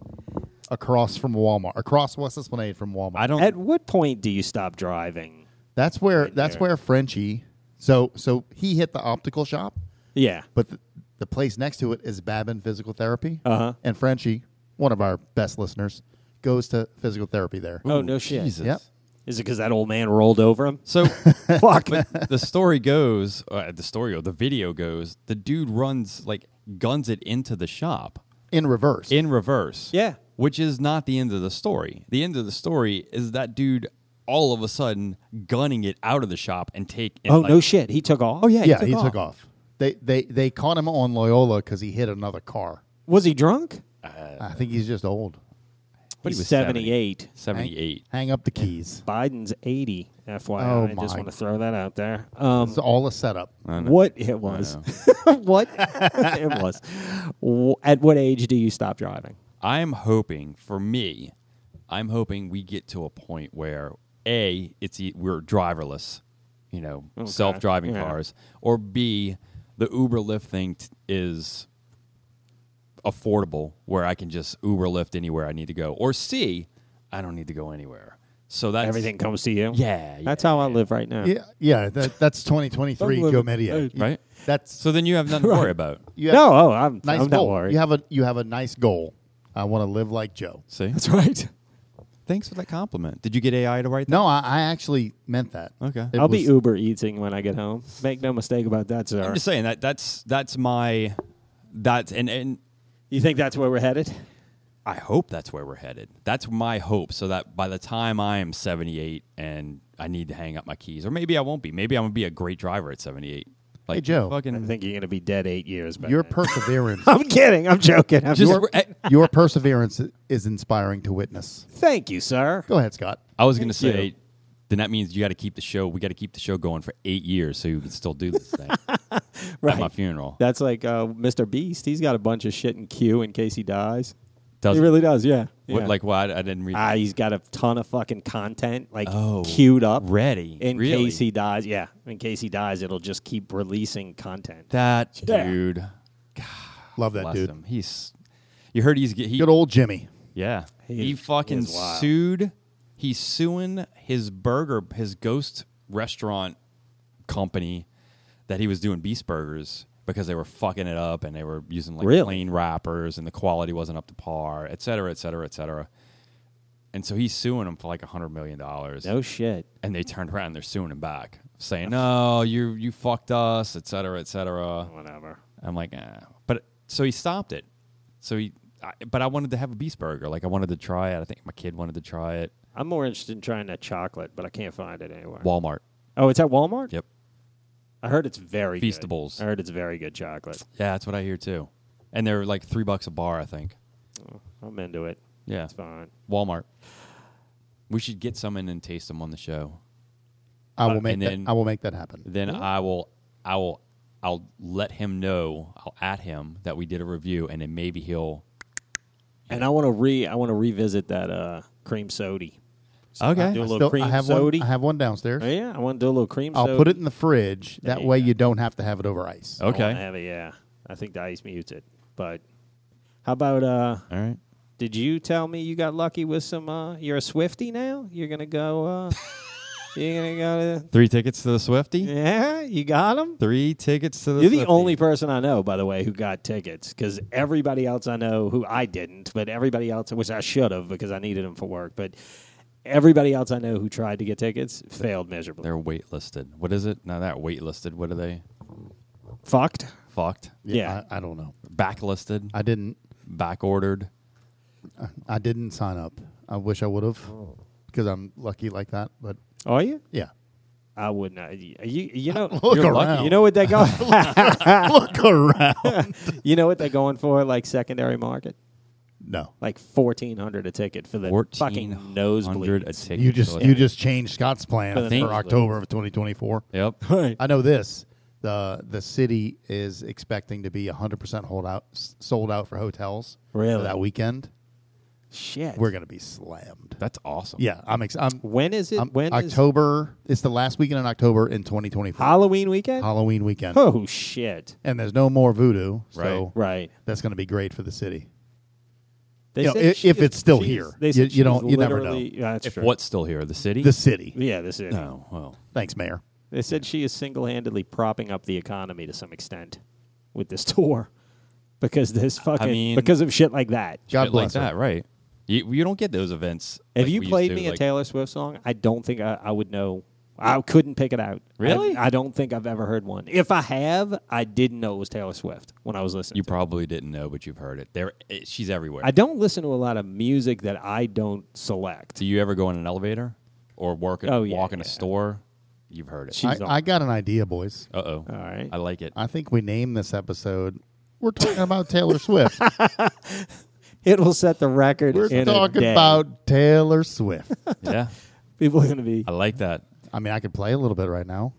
Speaker 3: across from Walmart, across West Esplanade from Walmart.
Speaker 2: I don't.
Speaker 1: At what point do you stop driving?
Speaker 3: that's where that's
Speaker 1: there.
Speaker 3: where Frenchie. So so he hit the optical shop,
Speaker 1: Yeah.
Speaker 3: but the, the place next to it is Babin Physical Therapy.
Speaker 1: Uh-huh.
Speaker 3: And Frenchie, one of our best listeners, goes to physical therapy there.
Speaker 1: Oh no shit.
Speaker 2: Jesus.
Speaker 3: Yep.
Speaker 1: Is it because that old man rolled over him?
Speaker 2: So
Speaker 3: Oh,
Speaker 1: Fuck.
Speaker 2: but the story goes, uh, the story or the video goes, the dude runs like guns it into the shop
Speaker 3: In reverse.
Speaker 2: in reverse.
Speaker 1: Yeah.
Speaker 2: Which is not the end of the story. The end of the story is that dude all of a sudden gunning it out of the shop and take. and,
Speaker 1: oh
Speaker 2: like-
Speaker 1: no shit. He took off. Oh
Speaker 3: yeah, he took off. They they they caught him on Loyola because he hit another car.
Speaker 1: Was he drunk? Uh,
Speaker 3: I think he's just old.
Speaker 2: But he
Speaker 1: He's
Speaker 2: was
Speaker 1: 78.
Speaker 2: 78.
Speaker 3: Hang up the keys.
Speaker 1: Biden's 80. FYI,
Speaker 3: Oh,
Speaker 1: I just
Speaker 3: my.
Speaker 1: want to throw that out there. Um,
Speaker 3: It's all a setup.
Speaker 1: what it was, what it was. W- At what age do you stop driving?
Speaker 2: I'm hoping, for me, I'm hoping we get to a point where A, it's e- we're driverless, you know, self driving
Speaker 1: Yeah.
Speaker 2: cars, or B, the Uber Lyft thing t- is affordable where I can just Uber Lyft anywhere I need to go, or C, I don't need to go anywhere. So that's
Speaker 1: Everything comes to you.
Speaker 2: Yeah, yeah,
Speaker 1: that's how I live right now.
Speaker 3: Yeah, yeah. That, that's 2023
Speaker 1: Don't live
Speaker 3: Joe
Speaker 1: in-
Speaker 3: Media.
Speaker 1: uh,
Speaker 2: right?
Speaker 3: That's
Speaker 2: So then you have nothing to worry about.
Speaker 3: you have
Speaker 1: No, oh, I'm,
Speaker 3: nice
Speaker 1: I'm not
Speaker 3: goal.
Speaker 1: worried.
Speaker 3: You have a you have a nice goal. I want to live like Joe.
Speaker 2: See?
Speaker 1: That's right.
Speaker 2: Thanks for that compliment. Did you get AI to write that?
Speaker 3: No, I, I actually meant that.
Speaker 2: Okay.
Speaker 3: It
Speaker 1: I'll be
Speaker 3: was-
Speaker 1: Uber eating when I get home. Make no mistake about that, sir.
Speaker 2: I'm just saying that that's that's my that's and and
Speaker 1: you think that's where we're headed?
Speaker 2: I hope that's where we're headed. That's my hope. So that by the time I am 78 and I need to hang up my keys, or maybe I won't be. Maybe I'm gonna be a great driver at 78. Like
Speaker 3: Joe.
Speaker 1: I
Speaker 2: fucking
Speaker 1: think you're going to be dead eight years. by
Speaker 3: Your
Speaker 1: then.
Speaker 3: perseverance,
Speaker 1: I'm kidding. I'm joking. I'm
Speaker 2: just.
Speaker 1: joking.
Speaker 2: eh,
Speaker 3: your perseverance is inspiring to witness.
Speaker 1: Thank you, sir.
Speaker 3: Go ahead, Scott.
Speaker 2: I was gonna
Speaker 1: Thank
Speaker 2: say
Speaker 1: you.
Speaker 2: then that means you got to keep the show. We got to keep the show going for eight years so you can still do this thing at my
Speaker 1: Right.
Speaker 2: funeral.
Speaker 1: That's like uh, Mr. Beast. He's got a bunch of shit in queue in case he dies.
Speaker 2: Does
Speaker 1: he
Speaker 2: it?
Speaker 1: really does, yeah.
Speaker 2: What,
Speaker 1: yeah.
Speaker 2: like why I didn't read.
Speaker 1: Ah, he's got a ton of fucking content like
Speaker 2: Oh,
Speaker 1: queued up,
Speaker 2: ready.
Speaker 1: in
Speaker 2: Really?
Speaker 1: case he dies. Yeah, in case he dies, it'll just keep releasing content.
Speaker 2: that
Speaker 1: Yeah.
Speaker 2: dude.
Speaker 3: Love that
Speaker 2: Bless
Speaker 3: dude.
Speaker 2: him. He's. You heard he's get- he
Speaker 3: Good old Jimmy.
Speaker 2: Yeah.
Speaker 1: He
Speaker 2: He,
Speaker 1: is-
Speaker 2: fucking
Speaker 1: he is wild.
Speaker 2: sued. He's suing his burger, his ghost restaurant company that he was doing Beast Burgers because they were fucking it up and they were using like
Speaker 1: Really?
Speaker 2: plain wrappers and the quality wasn't up to par, et cetera, et cetera, et cetera. And so he's suing them for like a hundred million dollars.
Speaker 1: No shit.
Speaker 2: And they turned around and they're suing him back, saying, "No, you you fucked us, et cetera, et cetera."
Speaker 1: Whatever.
Speaker 2: I'm like, eh. but so he stopped it. So he, I, but I wanted to have a beast burger. Like I wanted to try it. I think my kid wanted to try it.
Speaker 1: I'm more interested in trying that chocolate, but I can't find it anywhere.
Speaker 2: Walmart.
Speaker 1: oh, it's at Walmart.
Speaker 2: Yep.
Speaker 1: I heard it's very good.
Speaker 2: Feastables.
Speaker 1: I heard it's very good chocolate.
Speaker 2: Yeah, that's what I hear too. And they're like three bucks a bar, I think.
Speaker 1: I'm into it.
Speaker 2: Yeah.
Speaker 1: It's fine.
Speaker 2: Walmart. We should get some in and taste them on the show.
Speaker 3: I
Speaker 2: Uh,
Speaker 3: will make
Speaker 2: and
Speaker 3: that,
Speaker 2: then-
Speaker 3: I will make that happen.
Speaker 2: Then I will, I will, I'll let him know. I'll at him that we did a review, and then maybe he'll.
Speaker 1: And I want to re I want to revisit that uh, cream soda. So
Speaker 2: Okay.
Speaker 1: I'll Do a
Speaker 2: I
Speaker 1: little
Speaker 3: Still-
Speaker 1: cream
Speaker 3: I have
Speaker 1: soda.
Speaker 3: one. I have one downstairs.
Speaker 1: Oh, yeah, I want to do a little cream
Speaker 3: I'll
Speaker 1: soda.
Speaker 3: put it in the fridge. That
Speaker 1: you
Speaker 3: way
Speaker 1: go.
Speaker 3: you don't have to have it over ice.
Speaker 1: I wanna
Speaker 2: Okay.
Speaker 1: have it, yeah. I think the ice mutes it. But how about uh
Speaker 2: All right.
Speaker 1: did you tell me you got lucky with some uh you're a Swifty now? You're gonna go uh you're gonna go to
Speaker 2: Three tickets to the Swifty.
Speaker 1: Yeah, you got him?
Speaker 2: Three tickets to the.
Speaker 1: You're the
Speaker 2: Swifty.
Speaker 1: only person I know, by the way, who got tickets because everybody else I know who I didn't, but everybody else, which I should have because I needed them for work, but everybody else I know who tried to get tickets failed miserably.
Speaker 2: They're waitlisted. What is it? No, that waitlisted. What are they?
Speaker 1: fucked.
Speaker 2: Fucked.
Speaker 1: Yeah.
Speaker 3: I, I don't know.
Speaker 2: backlisted,
Speaker 3: I didn't.
Speaker 2: back ordered.
Speaker 3: I didn't sign up. I wish I would have
Speaker 1: Oh.
Speaker 3: because I'm lucky like that. But
Speaker 1: Are you?
Speaker 3: yeah,
Speaker 1: I would not. You, you know,
Speaker 3: look
Speaker 2: You're lucky.
Speaker 3: around.
Speaker 1: you know what they go.
Speaker 3: look around.
Speaker 1: you know what they're going for? Like secondary market,
Speaker 3: No,
Speaker 1: like fourteen hundred a ticket for the fucking nosebleed.
Speaker 2: a ticket.
Speaker 3: you just you just changed Scott's plan
Speaker 1: For the
Speaker 2: thing.
Speaker 3: for October of 2024.
Speaker 2: yep.
Speaker 1: Right.
Speaker 3: I know this. the The city is expecting to be 100 percent hold out, s- sold out for hotels.
Speaker 1: Really?
Speaker 3: for that weekend,
Speaker 1: Shit.
Speaker 3: we're gonna be slammed.
Speaker 2: That's awesome.
Speaker 3: Yeah, I'm. Ex- I'm,
Speaker 1: when is it?
Speaker 3: I'm
Speaker 1: when is
Speaker 3: October? It's the last weekend in October in 2024.
Speaker 1: Halloween weekend?
Speaker 3: Halloween weekend,
Speaker 1: Oh shit!
Speaker 3: and there's no more voodoo. So
Speaker 2: Right.
Speaker 1: Right.
Speaker 3: that's going to be great for the city.
Speaker 1: They
Speaker 3: You know,
Speaker 1: said
Speaker 3: i- if
Speaker 1: she's-
Speaker 3: it's still
Speaker 1: she's-
Speaker 3: here.
Speaker 1: they
Speaker 3: You-
Speaker 1: said
Speaker 3: you
Speaker 1: she's
Speaker 3: don't- you never know.
Speaker 1: literally- Yeah, that's
Speaker 2: If
Speaker 1: true.
Speaker 2: what's still here? The city?
Speaker 3: The city.
Speaker 1: Yeah, this is.
Speaker 2: no. Well,
Speaker 3: Thanks, Mayor.
Speaker 1: They said she is single-handedly propping up the economy to some extent with this tour because this fucking
Speaker 2: mean-
Speaker 1: because of shit like that.
Speaker 3: God
Speaker 2: shit
Speaker 3: bless
Speaker 2: like
Speaker 3: her.
Speaker 2: that, right? You, you don't get those events.
Speaker 1: If
Speaker 2: like
Speaker 1: you
Speaker 2: we used
Speaker 1: played
Speaker 2: to,
Speaker 1: me a
Speaker 2: like-
Speaker 1: Taylor Swift song, I don't think I, I would know. I couldn't pick it out.
Speaker 2: Really?
Speaker 1: I, I don't think I've ever heard one. If I have, I didn't know it was Taylor Swift when I was listening.
Speaker 2: you
Speaker 1: to it.
Speaker 2: probably didn't know, but you've heard it. There, it, she's everywhere.
Speaker 1: I don't listen to a lot of music that I don't select.
Speaker 2: Do you ever go in an elevator or work?
Speaker 1: Oh, yeah,
Speaker 2: walk in a
Speaker 1: yeah.
Speaker 2: store. You've heard it.
Speaker 1: She-
Speaker 3: I,
Speaker 1: She's on.
Speaker 3: I got an idea, boys.
Speaker 2: uh oh.
Speaker 1: All right.
Speaker 2: I like it.
Speaker 3: I think we name this episode. We're talking about Taylor Swift.
Speaker 1: It will set the record.
Speaker 3: We're
Speaker 1: in a
Speaker 3: talking
Speaker 1: day.
Speaker 3: about Taylor Swift.
Speaker 2: yeah.
Speaker 1: people are going to be.
Speaker 2: I like that.
Speaker 3: I mean, I could play a little bit right now.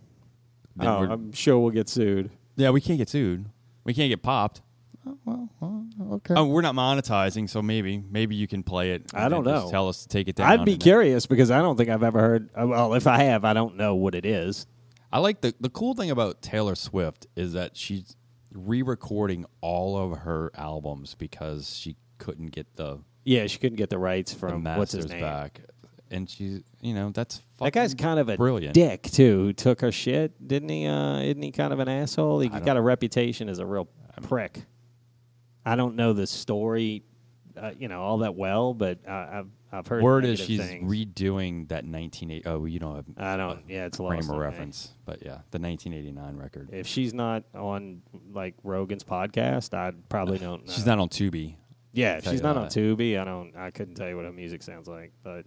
Speaker 2: Then
Speaker 1: Oh,
Speaker 2: we're-
Speaker 1: I'm sure we'll get sued.
Speaker 2: yeah, we can't get sued. We can't get popped.
Speaker 3: Okay.
Speaker 2: Oh, we're not monetizing, so maybe maybe you can play it.
Speaker 1: I
Speaker 2: and
Speaker 1: don't
Speaker 2: then just
Speaker 1: know.
Speaker 2: tell us to take it down.
Speaker 1: I'd be
Speaker 2: and then-
Speaker 1: curious because I don't think I've ever heard. uh, Well, if I have, I don't know what it is.
Speaker 2: I like the the cool thing about Taylor Swift is that she's re-recording all of her albums because she couldn't get the,
Speaker 1: Yeah, she couldn't get the rights
Speaker 2: the
Speaker 1: from what's
Speaker 2: masters
Speaker 1: his name.
Speaker 2: back, and she's you know that's fucking
Speaker 1: That guy's kind of a
Speaker 2: brilliant.
Speaker 1: dick too. Who took her shit? Didn't he? Uh, isn't he kind of an asshole? He got a reputation as a real prick. I don't know the story, uh, you know, all that well, but uh, I've I've heard
Speaker 2: Word is
Speaker 1: negative
Speaker 2: she's
Speaker 1: things.
Speaker 2: redoing that 1980. Oh, you don't have
Speaker 1: I don't. Yeah, it's lost
Speaker 2: frame
Speaker 1: on
Speaker 2: of
Speaker 1: me.
Speaker 2: reference, but yeah, the 1989 record.
Speaker 1: If she's not on like Rogan's podcast, I probably don't. Know.
Speaker 2: she's not on Tubi.
Speaker 1: Yeah, if
Speaker 2: tell
Speaker 1: she's
Speaker 2: you
Speaker 1: not
Speaker 2: that.
Speaker 1: on Tubi. I don't. I couldn't tell you what her music sounds like, but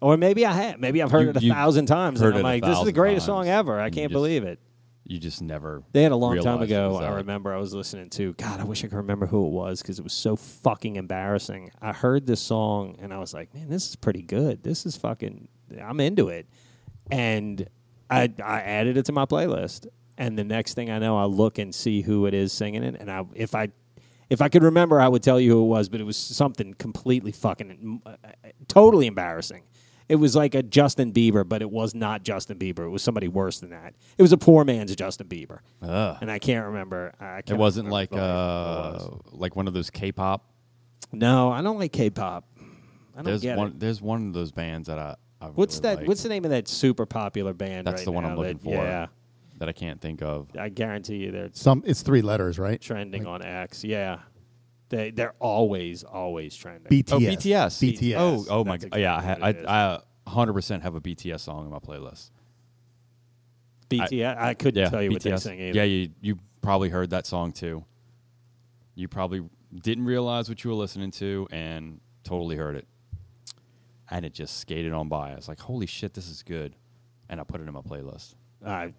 Speaker 1: or maybe I have. Maybe I've heard
Speaker 2: You-
Speaker 1: it a
Speaker 2: you've
Speaker 1: thousand times,
Speaker 2: heard
Speaker 1: and I'm
Speaker 2: it a
Speaker 1: like, this is the
Speaker 2: thousand
Speaker 1: greatest
Speaker 2: times,
Speaker 1: song ever. I
Speaker 2: and you
Speaker 1: can't
Speaker 2: just-
Speaker 1: believe it.
Speaker 2: You just never.
Speaker 1: They had a long time
Speaker 2: realized it
Speaker 1: ago.
Speaker 2: was
Speaker 1: I
Speaker 2: out.
Speaker 1: remember I was listening to. God, I wish I could remember who it was because it was so fucking embarrassing. I heard this song and I was like, man, this is pretty good. This is fucking. I'm into it. and I I added it to my playlist. And the next thing I know, I look and see who it is singing it, and I if I if I could remember, I would tell you who it was, but it was something completely fucking uh, totally embarrassing. It was like a Justin Bieber, but it was not Justin Bieber. It was somebody worse than that. It was a poor man's Justin Bieber,
Speaker 2: Ugh.
Speaker 1: and I can't remember. I
Speaker 2: It
Speaker 1: can't
Speaker 2: wasn't
Speaker 1: remember
Speaker 2: like
Speaker 1: the name of
Speaker 2: uh,
Speaker 1: who it was.
Speaker 2: like one of those K-pop.
Speaker 1: No, I don't like K-pop. I don't
Speaker 2: There's
Speaker 1: get
Speaker 2: one.
Speaker 1: it.
Speaker 2: There's one of those bands that I. I
Speaker 1: What's
Speaker 2: really
Speaker 1: that?
Speaker 2: like.
Speaker 1: What's the name of that super popular band?
Speaker 2: That's
Speaker 1: right
Speaker 2: the one I'm
Speaker 1: now
Speaker 2: looking
Speaker 1: that-
Speaker 2: for.
Speaker 1: Yeah,
Speaker 2: That I can't think of.
Speaker 1: I guarantee you they're
Speaker 3: Some it's three letters, right?
Speaker 1: trending on X. Yeah, they they're always always trending.
Speaker 3: BTS.
Speaker 2: Oh, BTS.
Speaker 3: BTS.
Speaker 2: Oh, oh my
Speaker 1: That's
Speaker 2: god. Yeah, I,
Speaker 1: exactly
Speaker 2: ha-
Speaker 1: what it
Speaker 2: I, I 100% have a BTS song in my playlist.
Speaker 1: BTS. I, couldn't
Speaker 2: Yeah,
Speaker 1: tell you
Speaker 2: BTS.
Speaker 1: what they sing either.
Speaker 2: Yeah, you you probably heard that song too. You probably didn't realize what you were listening to and totally heard it. And it just skated on by. I was like, "Holy shit, this is good." And I put it in my playlist.
Speaker 1: I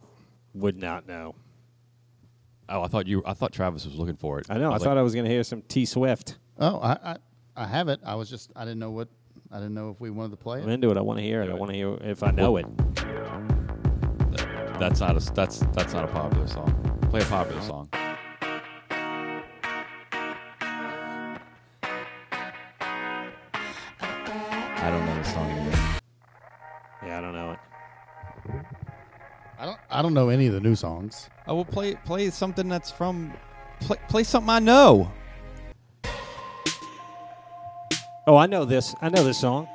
Speaker 1: would not know.
Speaker 2: Oh, I thought you I thought Travis was looking for it.
Speaker 1: I know. I,
Speaker 2: was
Speaker 1: thought
Speaker 2: like,
Speaker 1: I was going to hear some T Swift.
Speaker 3: Oh, I, I I have it. I was just I didn't know what I didn't know if we wanted to play it.
Speaker 1: I'm into it. I want to hear it.
Speaker 2: Do
Speaker 1: I
Speaker 2: it.
Speaker 1: want to hear if I know it.
Speaker 2: that's not a that's that's not a popular song. Play a popular song. I don't know this song either.
Speaker 1: Yeah, I don't know it.
Speaker 3: I don't I don't know any of the new songs.
Speaker 2: I will play play something that's from play, play something I know.
Speaker 1: Oh, I know this. I know this song.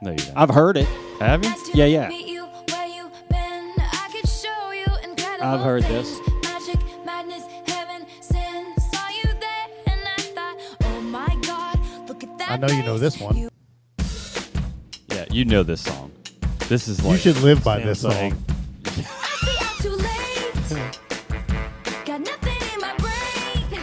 Speaker 2: No, you don't.
Speaker 1: I've heard it.
Speaker 2: Have you?
Speaker 1: Yeah,
Speaker 5: Yeah,
Speaker 1: yeah.
Speaker 5: yeah.
Speaker 1: I've heard this.
Speaker 5: Magic, madness, heaven, sin. Saw you there, and I thought, oh my God, look at that.
Speaker 3: I know you know this one. You
Speaker 2: Yeah, you know this song. This is like
Speaker 3: should live by
Speaker 1: Sounds
Speaker 3: this song.
Speaker 1: like-
Speaker 5: See, I'm too late. Got nothing in my brain.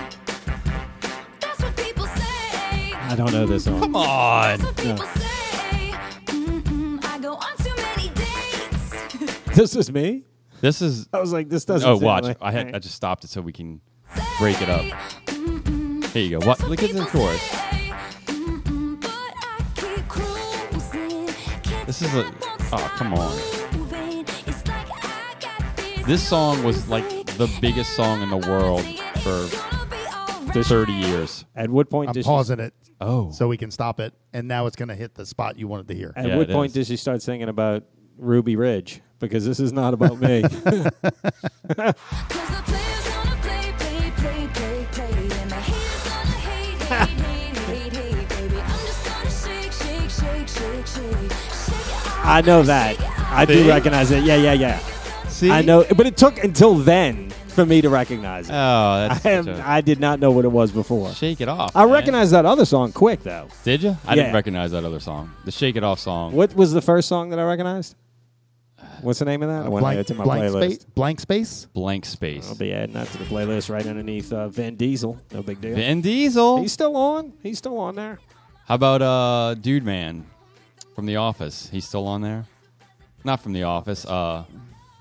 Speaker 5: That's what people say.
Speaker 1: I don't know this song.
Speaker 2: Come on.
Speaker 5: That's what people say. Mm-mm, I go on too many dates.
Speaker 1: This is me.
Speaker 2: This is
Speaker 1: I was like, this doesn't.
Speaker 2: Oh,
Speaker 1: sound
Speaker 2: watch.
Speaker 1: like-
Speaker 2: I had I just stopped it so we can break it up.
Speaker 5: Mm-mm.
Speaker 2: Here you go. What? Look at the chorus.
Speaker 5: This is a. Oh, come on.
Speaker 2: This song was like the biggest song in the world for
Speaker 5: This
Speaker 2: 30 years.
Speaker 1: At what point
Speaker 3: I'm
Speaker 1: did
Speaker 3: pausing it
Speaker 2: Oh.
Speaker 3: so we can stop it, and now it's going to hit the spot you wanted to hear.
Speaker 1: she? At
Speaker 2: Yeah,
Speaker 1: what
Speaker 2: it
Speaker 1: point
Speaker 2: is.
Speaker 1: did she start singing about Ruby Ridge? Because this is not about me. I know that. I do
Speaker 2: See?
Speaker 1: recognize it. Yeah, yeah, yeah.
Speaker 2: See?
Speaker 1: I know, but it took until then for me to recognize it.
Speaker 2: Oh,
Speaker 1: I
Speaker 2: that's
Speaker 1: have,
Speaker 2: such a-
Speaker 1: I did not know what it was before.
Speaker 2: Shake It Off.
Speaker 1: I
Speaker 2: man.
Speaker 1: recognized that other song quick though.
Speaker 2: Did you? I
Speaker 1: Yeah.
Speaker 2: didn't recognize that other song. The Shake It Off song.
Speaker 1: What was the first song that I recognized?
Speaker 2: Uh,
Speaker 1: What's the name of that? I want to add it to
Speaker 3: uh, blank,
Speaker 1: my
Speaker 3: blank
Speaker 1: playlist.
Speaker 3: space. Blank space.
Speaker 2: Blank Space.
Speaker 1: I'll be adding that to the playlist right underneath uh, Vin Diesel. No big deal.
Speaker 2: Vin Diesel.
Speaker 1: He's still on. He's still on there.
Speaker 2: How about uh, Dude Man from The Office? He's still on there? Not from The Office. Uh,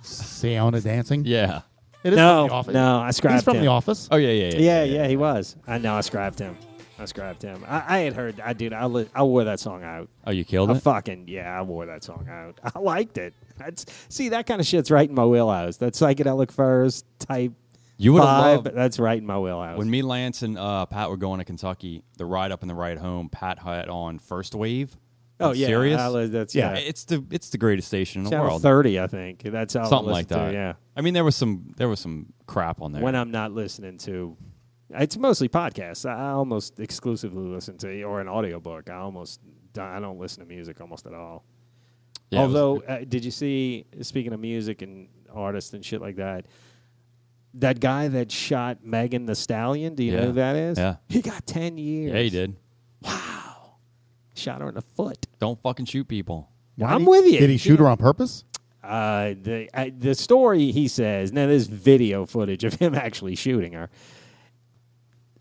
Speaker 3: Siona dancing.
Speaker 2: yeah.
Speaker 3: It is
Speaker 1: No,
Speaker 3: from the office.
Speaker 1: no, I scribed
Speaker 3: He's from
Speaker 1: him.
Speaker 3: the office.
Speaker 2: Oh yeah, yeah, yeah.
Speaker 1: Yeah, yeah, he was. I know. I scribed him. I scribed him. I, I had heard. I did. I, li- I wore that song out.
Speaker 2: Oh, you killed
Speaker 1: I
Speaker 2: it.
Speaker 1: fucking yeah, I wore that song out. I liked it. That's see that kind of shit's right in my wheelhouse. That psychedelic furs type
Speaker 2: You would have
Speaker 1: vibe.
Speaker 2: loved
Speaker 1: That's right in my wheelhouse.
Speaker 2: when me, Lance, and uh, Pat were going to Kentucky. The ride up and the ride home. Pat had on First Wave.
Speaker 1: oh
Speaker 2: Like,
Speaker 1: yeah,
Speaker 2: serious.
Speaker 1: I li- that's
Speaker 3: Yeah.
Speaker 1: yeah.
Speaker 2: It's the it's the greatest station in the
Speaker 1: Channel
Speaker 2: world.
Speaker 1: thirty, I think. That's how I
Speaker 2: Something like
Speaker 1: listen
Speaker 2: that.
Speaker 1: to, yeah.
Speaker 2: I mean, there was some there was some crap on there.
Speaker 1: When I'm not listening to, it's mostly podcasts. I I almost exclusively listen to or an audiobook. I almost I don't listen to music almost at all.
Speaker 2: Yeah, it was-
Speaker 1: Although, uh, did you see? Speaking of music and artists and shit like that, that guy that shot Megan the Stallion. Do you know
Speaker 2: Yeah.
Speaker 1: who that is?
Speaker 2: Yeah.
Speaker 1: he got ten years.
Speaker 2: yeah, he did.
Speaker 1: Shot her in the foot.
Speaker 2: Don't fucking shoot people.
Speaker 3: Why
Speaker 1: I'm
Speaker 3: did he-
Speaker 1: with you.
Speaker 3: Did he shoot her on purpose?
Speaker 1: Uh, the uh, the story he says. Now there's video footage of him actually shooting her.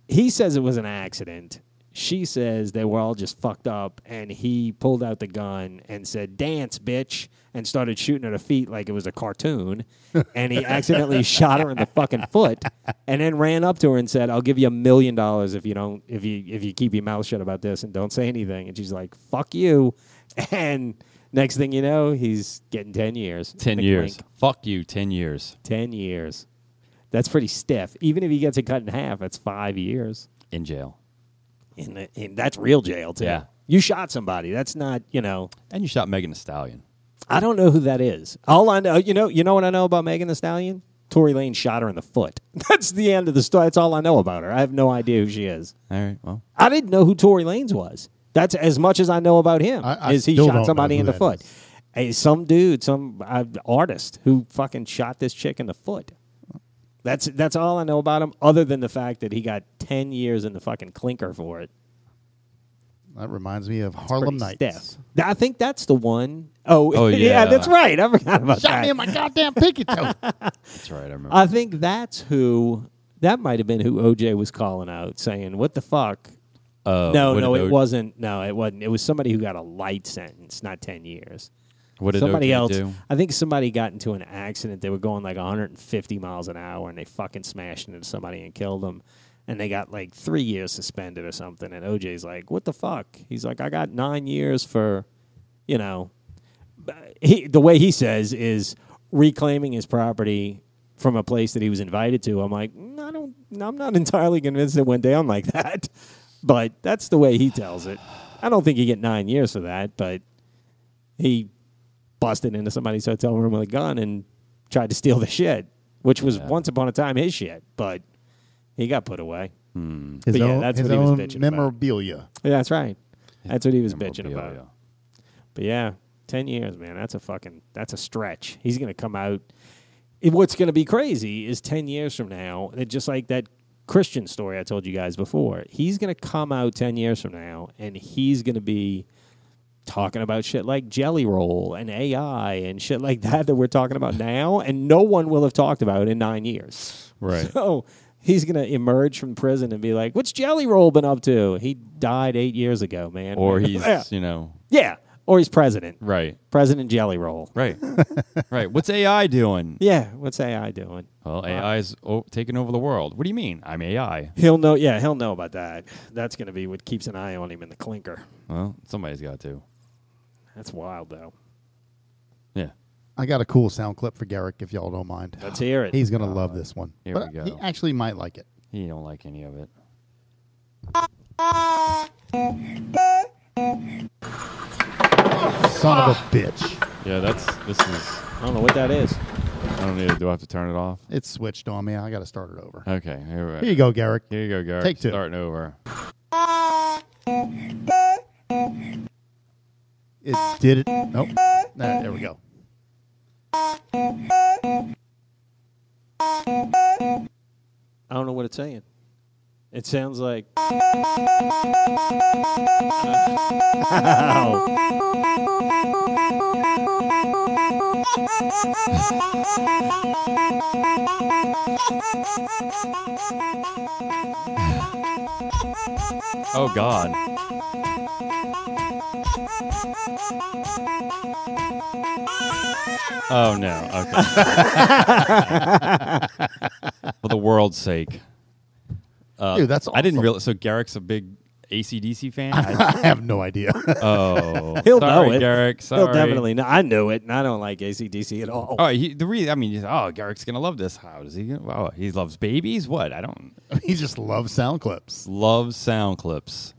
Speaker 1: He says it was an accident. She says they were all just fucked up, and he pulled out the gun and said, "Dance, bitch," and started shooting at her feet like it was a cartoon. and he accidentally shot her in the fucking foot, and then ran up to her and said, "I'll give you a million dollars if you don't if you if you keep your mouth shut about this and don't say anything." And she's like, "Fuck you," and Next thing you know, he's getting 10 years.
Speaker 2: 10
Speaker 1: Wink,
Speaker 2: years.
Speaker 1: wink.
Speaker 2: Fuck you, 10 years.
Speaker 1: 10 years. That's pretty stiff. Even if he gets it cut in half, that's five years.
Speaker 2: In jail.
Speaker 1: In, the, in that's real jail too.
Speaker 2: Yeah.
Speaker 1: You shot somebody. That's not you know.
Speaker 2: And you shot Megan Thee Stallion.
Speaker 1: I don't know who that is. All I know, you know, you know what I know about Megan Thee Stallion. Tory Lane shot her in the foot. That's the end of the story. That's all I know about her. I have no idea who she is.
Speaker 2: All right, well.
Speaker 1: I didn't know who Tory Lanez was. That's as much as I know about him.
Speaker 3: I- I
Speaker 1: is he
Speaker 3: still don't
Speaker 1: shot
Speaker 3: know
Speaker 1: somebody
Speaker 3: who
Speaker 1: in the
Speaker 3: that
Speaker 1: foot?
Speaker 3: is.
Speaker 1: Hey, some dude, some uh, artist who fucking shot this chick in the foot. That's that's all I know about him, other than the fact that he got ten years in the fucking clinker for it.
Speaker 3: That reminds me of Harlem
Speaker 1: Pretty
Speaker 3: Nights.
Speaker 1: stiff. Th- I think that's the one Oh
Speaker 2: Oh,
Speaker 1: yeah.
Speaker 2: yeah.
Speaker 1: that's right. I forgot about
Speaker 3: Shot
Speaker 1: that.
Speaker 3: me in my goddamn pinky toe.
Speaker 2: That's right, I remember.
Speaker 1: I think that's who. That might have been who OJ was calling out, saying, "What the fuck."
Speaker 2: Uh,
Speaker 1: no,
Speaker 2: what
Speaker 1: no,
Speaker 2: did
Speaker 1: it
Speaker 2: O-
Speaker 1: wasn't. No, it wasn't. It was somebody who got a light sentence, not ten years.
Speaker 2: What did
Speaker 1: somebody
Speaker 2: OJ
Speaker 1: else.
Speaker 2: do?
Speaker 1: I think somebody got into an accident. They were going like 150 miles an hour, and they fucking smashed into somebody and killed them. And they got like three years suspended or something. And OJ's like, "What the fuck?" He's like, "I got nine years for, you know." He, the way he says is reclaiming his property from a place that he was invited to. I'm like, "Mm, I don't. I'm not entirely convinced it went down like that, but that's the way he tells it. I don't think he get nine years for that, but he busted into somebody's hotel room with a gun and tried to steal the shit, which was once upon a time his shit, but he got put away.
Speaker 3: His
Speaker 1: yeah,
Speaker 3: own,
Speaker 1: that's
Speaker 3: his
Speaker 1: what he was
Speaker 3: own
Speaker 1: bitching about.
Speaker 3: memorabilia.
Speaker 1: Yeah, that's right. That's what he was bitching
Speaker 2: Memorabilia.
Speaker 1: about. But yeah, ten years, man. That's a fucking that's a stretch. He's gonna come out. and What's gonna be crazy is ten years from now, it- just like that Christian story I told you guys before. He's gonna come out ten years from now, and he's gonna be talking about shit like Jelly Roll and AI and shit like that that we're talking about now, and no one will have talked about in nine years.
Speaker 2: Right.
Speaker 1: So he's gonna emerge from prison and be like, "What's Jelly Roll been up to?" He died eight years ago, man.
Speaker 2: Or he's,
Speaker 1: yeah.
Speaker 2: you know,
Speaker 1: Yeah. Or he's president.
Speaker 2: right,
Speaker 1: President Jelly Roll.
Speaker 2: right, right. What's AI doing?
Speaker 1: Yeah. What's AI doing?
Speaker 2: Well, AI's o- taking over the world. What do you mean? I'm AI.
Speaker 1: He'll know. Yeah, he'll know about that. That's going to be what keeps an eye on him in the clinker.
Speaker 2: Well, somebody's got to.
Speaker 1: That's wild, though.
Speaker 2: Yeah.
Speaker 3: I got a cool sound clip for Garrick if y'all don't mind.
Speaker 1: Let's hear it.
Speaker 3: He's gonna love this one.
Speaker 2: here
Speaker 3: But
Speaker 2: we go.
Speaker 3: He actually might like it.
Speaker 2: He don't like any of it.
Speaker 3: Son of a bitch!
Speaker 2: Yeah, that's, this is,
Speaker 1: I don't know what that is.
Speaker 2: I don't need Do I have to turn it off?
Speaker 3: It's switched on me. I gotta start it over.
Speaker 2: Okay, here we
Speaker 3: Here you go, Garrick.
Speaker 2: Here you go, Garrett.
Speaker 3: Take two.
Speaker 2: Starting over.
Speaker 3: It did it. Nope. Nah, there we go.
Speaker 1: I don't know what it's saying. It sounds like.
Speaker 2: Oh, God. Oh, no. Okay. For the world's sake. Uh,
Speaker 3: Dude, that's awesome.
Speaker 2: I didn't realize. So Garrick's a big ACDC fan? I-
Speaker 3: I have no idea.
Speaker 2: oh.
Speaker 1: He'll
Speaker 2: Sorry,
Speaker 1: know it.
Speaker 2: Garrick. Sorry.
Speaker 1: He'll definitely know. I knew it, and I don't like ACDC at all.
Speaker 2: Oh, he, the reason, I mean, he's, oh, Garrick's going to love this. How does he? gonna- Oh, he loves babies? What? I don't.
Speaker 3: he just loves sound clips.
Speaker 2: love sound clips.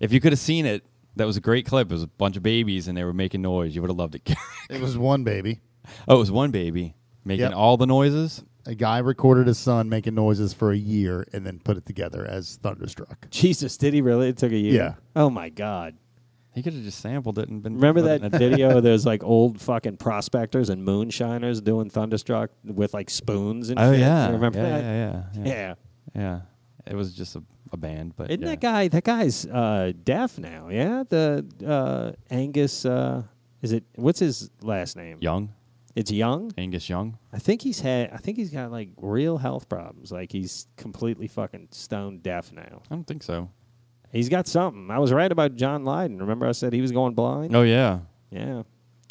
Speaker 2: If you could have seen it, that was a great clip. It was a bunch of babies and they were making noise. You would have loved it.
Speaker 3: It was one baby.
Speaker 2: oh, it was one baby making
Speaker 3: Yep.
Speaker 2: all the noises.
Speaker 3: A guy recorded his son making noises for a year and then put it together as Thunderstruck.
Speaker 1: Jesus, did he really? It took a year.
Speaker 3: Yeah.
Speaker 1: Oh my God.
Speaker 2: He could have just sampled it and been.
Speaker 1: Remember
Speaker 2: put it
Speaker 1: that
Speaker 2: in a-
Speaker 1: video of those like old fucking prospectors and moonshiners doing thunderstruck with like spoons and
Speaker 2: Oh
Speaker 1: shit?
Speaker 2: yeah,
Speaker 1: Remember
Speaker 2: yeah,
Speaker 1: that?
Speaker 2: yeah, yeah, yeah,
Speaker 1: yeah.
Speaker 2: yeah. It was just a, a band, but
Speaker 1: Isn't
Speaker 2: yeah.
Speaker 1: that guy? That guy's uh, deaf now. Yeah, the uh, Angus. Uh, is it? What's his last name?
Speaker 2: Young?
Speaker 1: It's Young.
Speaker 2: Angus Young.
Speaker 1: I think he's had. I think he's got like real health problems. Like he's completely fucking stone deaf now.
Speaker 2: I don't think so.
Speaker 1: He's got something. I was right about John Lydon. Remember I said he was going blind.
Speaker 2: Oh yeah,
Speaker 1: Yeah,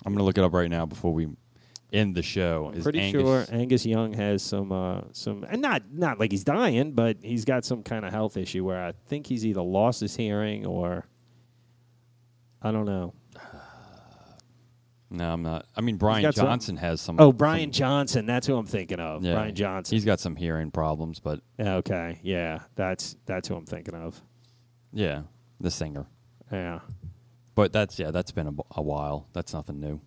Speaker 2: I'm gonna look it up right now before we end the show. Is
Speaker 1: pretty
Speaker 2: Angus-
Speaker 1: sure Angus Young has some uh, some, and not not like he's dying, but he's got some kind of health issue where I think he's either lost his hearing or I don't know.
Speaker 2: No, I'm not. I mean, Brian
Speaker 1: got some-
Speaker 2: Johnson has some.
Speaker 1: Oh, Brian
Speaker 2: some-
Speaker 1: Johnson. That's who I'm thinking of.
Speaker 2: Mm. yeah,
Speaker 1: Brian Johnson.
Speaker 2: He's got some hearing problems, but
Speaker 1: okay. Yeah. That's that's who I'm thinking of.
Speaker 2: yeah, the singer.
Speaker 1: Yeah.
Speaker 2: But that's yeah, that's been a, a while. That's nothing new.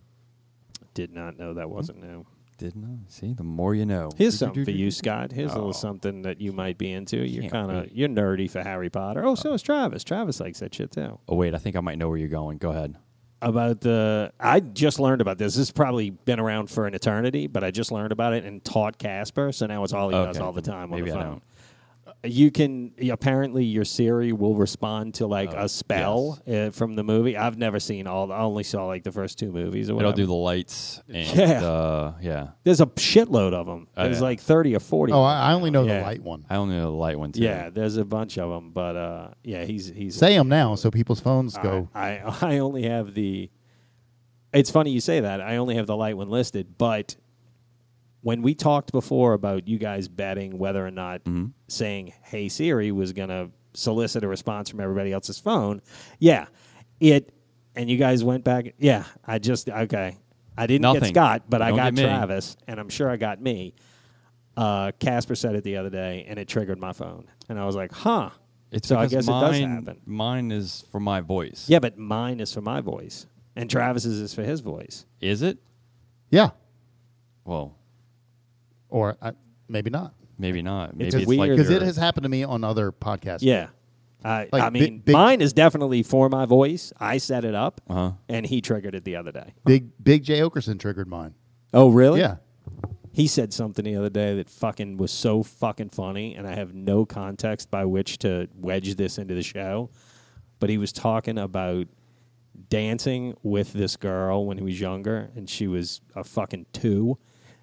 Speaker 1: Did not know that wasn't new.
Speaker 2: Didn't I? See, the more you know.
Speaker 1: Here's something for you, Scott. Here's a little something that you might be into. You're
Speaker 2: Oh. Can't
Speaker 1: kind of
Speaker 2: wait.
Speaker 1: you're nerdy for Harry Potter. Oh, so is Travis. Travis likes that shit too.
Speaker 2: Oh wait, I think I might know where you're going. Go ahead.
Speaker 1: About the I just learned about this. This has probably been around for an eternity, but I just learned about it and taught Casper, so now it's all he does
Speaker 2: Okay.
Speaker 1: all the time on
Speaker 2: Maybe
Speaker 1: the
Speaker 2: I
Speaker 1: phone. Uh,
Speaker 2: don't.
Speaker 1: you can apparently your Siri will respond to like
Speaker 2: Oh,
Speaker 1: a spell uh, from the movie. I've never seen all. the- I only saw like the first two movies. Or
Speaker 2: It'll
Speaker 1: whatever.
Speaker 2: do the lights and
Speaker 1: Yeah.
Speaker 2: uh, yeah.
Speaker 1: There's a shitload of them.
Speaker 2: Oh,
Speaker 1: there's
Speaker 2: yeah.
Speaker 1: like thirty or forty.
Speaker 3: Oh, I, I only know
Speaker 1: Yeah.
Speaker 3: the light one.
Speaker 2: I only know the light one too.
Speaker 1: yeah. There's a bunch of them, but uh, yeah, he's he's
Speaker 3: Say them now so people's phones
Speaker 1: I-
Speaker 3: go.
Speaker 1: I I only have the. It's funny you say that. I only have the light one listed, but when we talked before about you guys betting whether or not
Speaker 2: Mm-hmm.
Speaker 1: saying "Hey Siri" was going to solicit a response from everybody else's phone, yeah, it. And you guys went back. Yeah, I just okay. I didn't get
Speaker 2: Nothing.
Speaker 1: Scott, but I
Speaker 2: Don't
Speaker 1: got
Speaker 2: get me.
Speaker 1: Travis, and I'm sure I got me. Uh, Casper said it the other day, and it triggered my phone, and I was like, "Huh."
Speaker 2: It's
Speaker 1: so I
Speaker 2: because
Speaker 1: guess it does
Speaker 2: mine-
Speaker 1: happen.
Speaker 2: Mine is for my voice.
Speaker 1: Yeah, but mine is for my voice, and Travis's is for his voice.
Speaker 2: Is it?
Speaker 3: Yeah.
Speaker 2: Well,
Speaker 3: Or I, maybe not.
Speaker 2: maybe not. Maybe
Speaker 1: It's
Speaker 2: it's,
Speaker 1: weird.
Speaker 2: like
Speaker 3: Because it
Speaker 2: your-
Speaker 3: has happened to me on other podcasts.
Speaker 1: Yeah, I,
Speaker 3: Like
Speaker 1: I
Speaker 3: bi-
Speaker 1: mean,
Speaker 3: big-
Speaker 1: mine is definitely for my voice. I set it up,
Speaker 2: Uh-huh.
Speaker 1: and he triggered it the other day.
Speaker 3: Big Big Jay Okerson triggered mine.
Speaker 1: Oh, really?
Speaker 3: Yeah.
Speaker 1: He said something the other day that fucking was so fucking funny, and I have no context by which to wedge this into the show. But he was talking about dancing with this girl when he was younger, and she was a fucking two.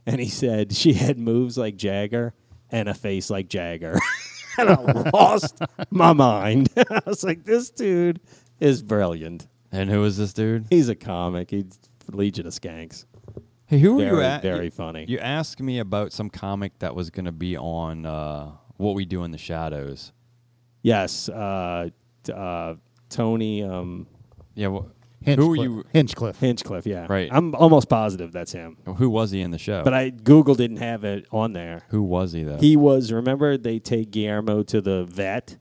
Speaker 1: And he said she had moves like Jagger and a face like Jagger. and I lost my mind. I was like, this dude is brilliant.
Speaker 2: And who is this dude?
Speaker 1: He's a comic. He's Legion of Skanks.
Speaker 2: Hey, who
Speaker 1: Very,
Speaker 2: were you at?
Speaker 1: very
Speaker 2: you,
Speaker 1: funny.
Speaker 2: You asked me about some comic that was going to be on uh, What We Do in the Shadows.
Speaker 1: Yes, uh, t- uh, Tony um,
Speaker 2: Yeah. Wh-
Speaker 3: Hinchcliffe.
Speaker 2: who were you?
Speaker 3: Hinchcliffe.
Speaker 1: Hinchcliffe. Yeah,
Speaker 2: Right.
Speaker 1: I'm almost positive that's him.
Speaker 2: Who was he in the show?
Speaker 1: But I Google didn't have it on there.
Speaker 2: who was he though?
Speaker 1: He was. Remember, they take Guillermo to the vet,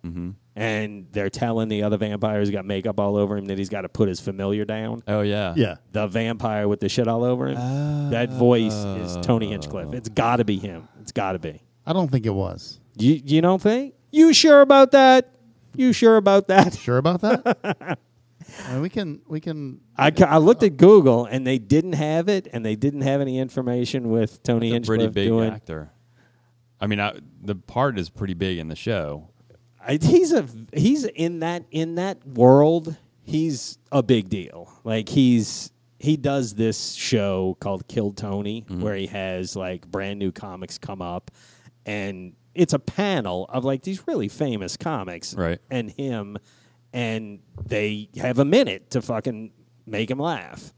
Speaker 1: and they're telling the other vampire who's got makeup all over him that he's got to put his familiar down.
Speaker 2: oh yeah.
Speaker 3: Yeah.
Speaker 1: The vampire with the shit all over him. that voice is Tony Hinchcliffe. It's got to be him. It's got to be.
Speaker 3: I don't think it was.
Speaker 1: You you don't think? You sure about that? You sure about that?
Speaker 3: Sure about that? I mean, we can we can
Speaker 1: I, ca- I looked at Google and they didn't have it, and they didn't have any information with Tony
Speaker 2: He's a pretty
Speaker 1: Hinchcliffe
Speaker 2: big
Speaker 1: doing.
Speaker 2: actor. I mean, I, the part is pretty big in the show.
Speaker 1: I, he's a he's in that in that world. He's a big deal. Like he's he does this show called Kill Tony,
Speaker 2: Mm-hmm.
Speaker 1: where he has like brand new comics come up, and it's a panel of like these really famous comics,
Speaker 2: Right.
Speaker 1: And him, and they have a minute to fucking make him laugh,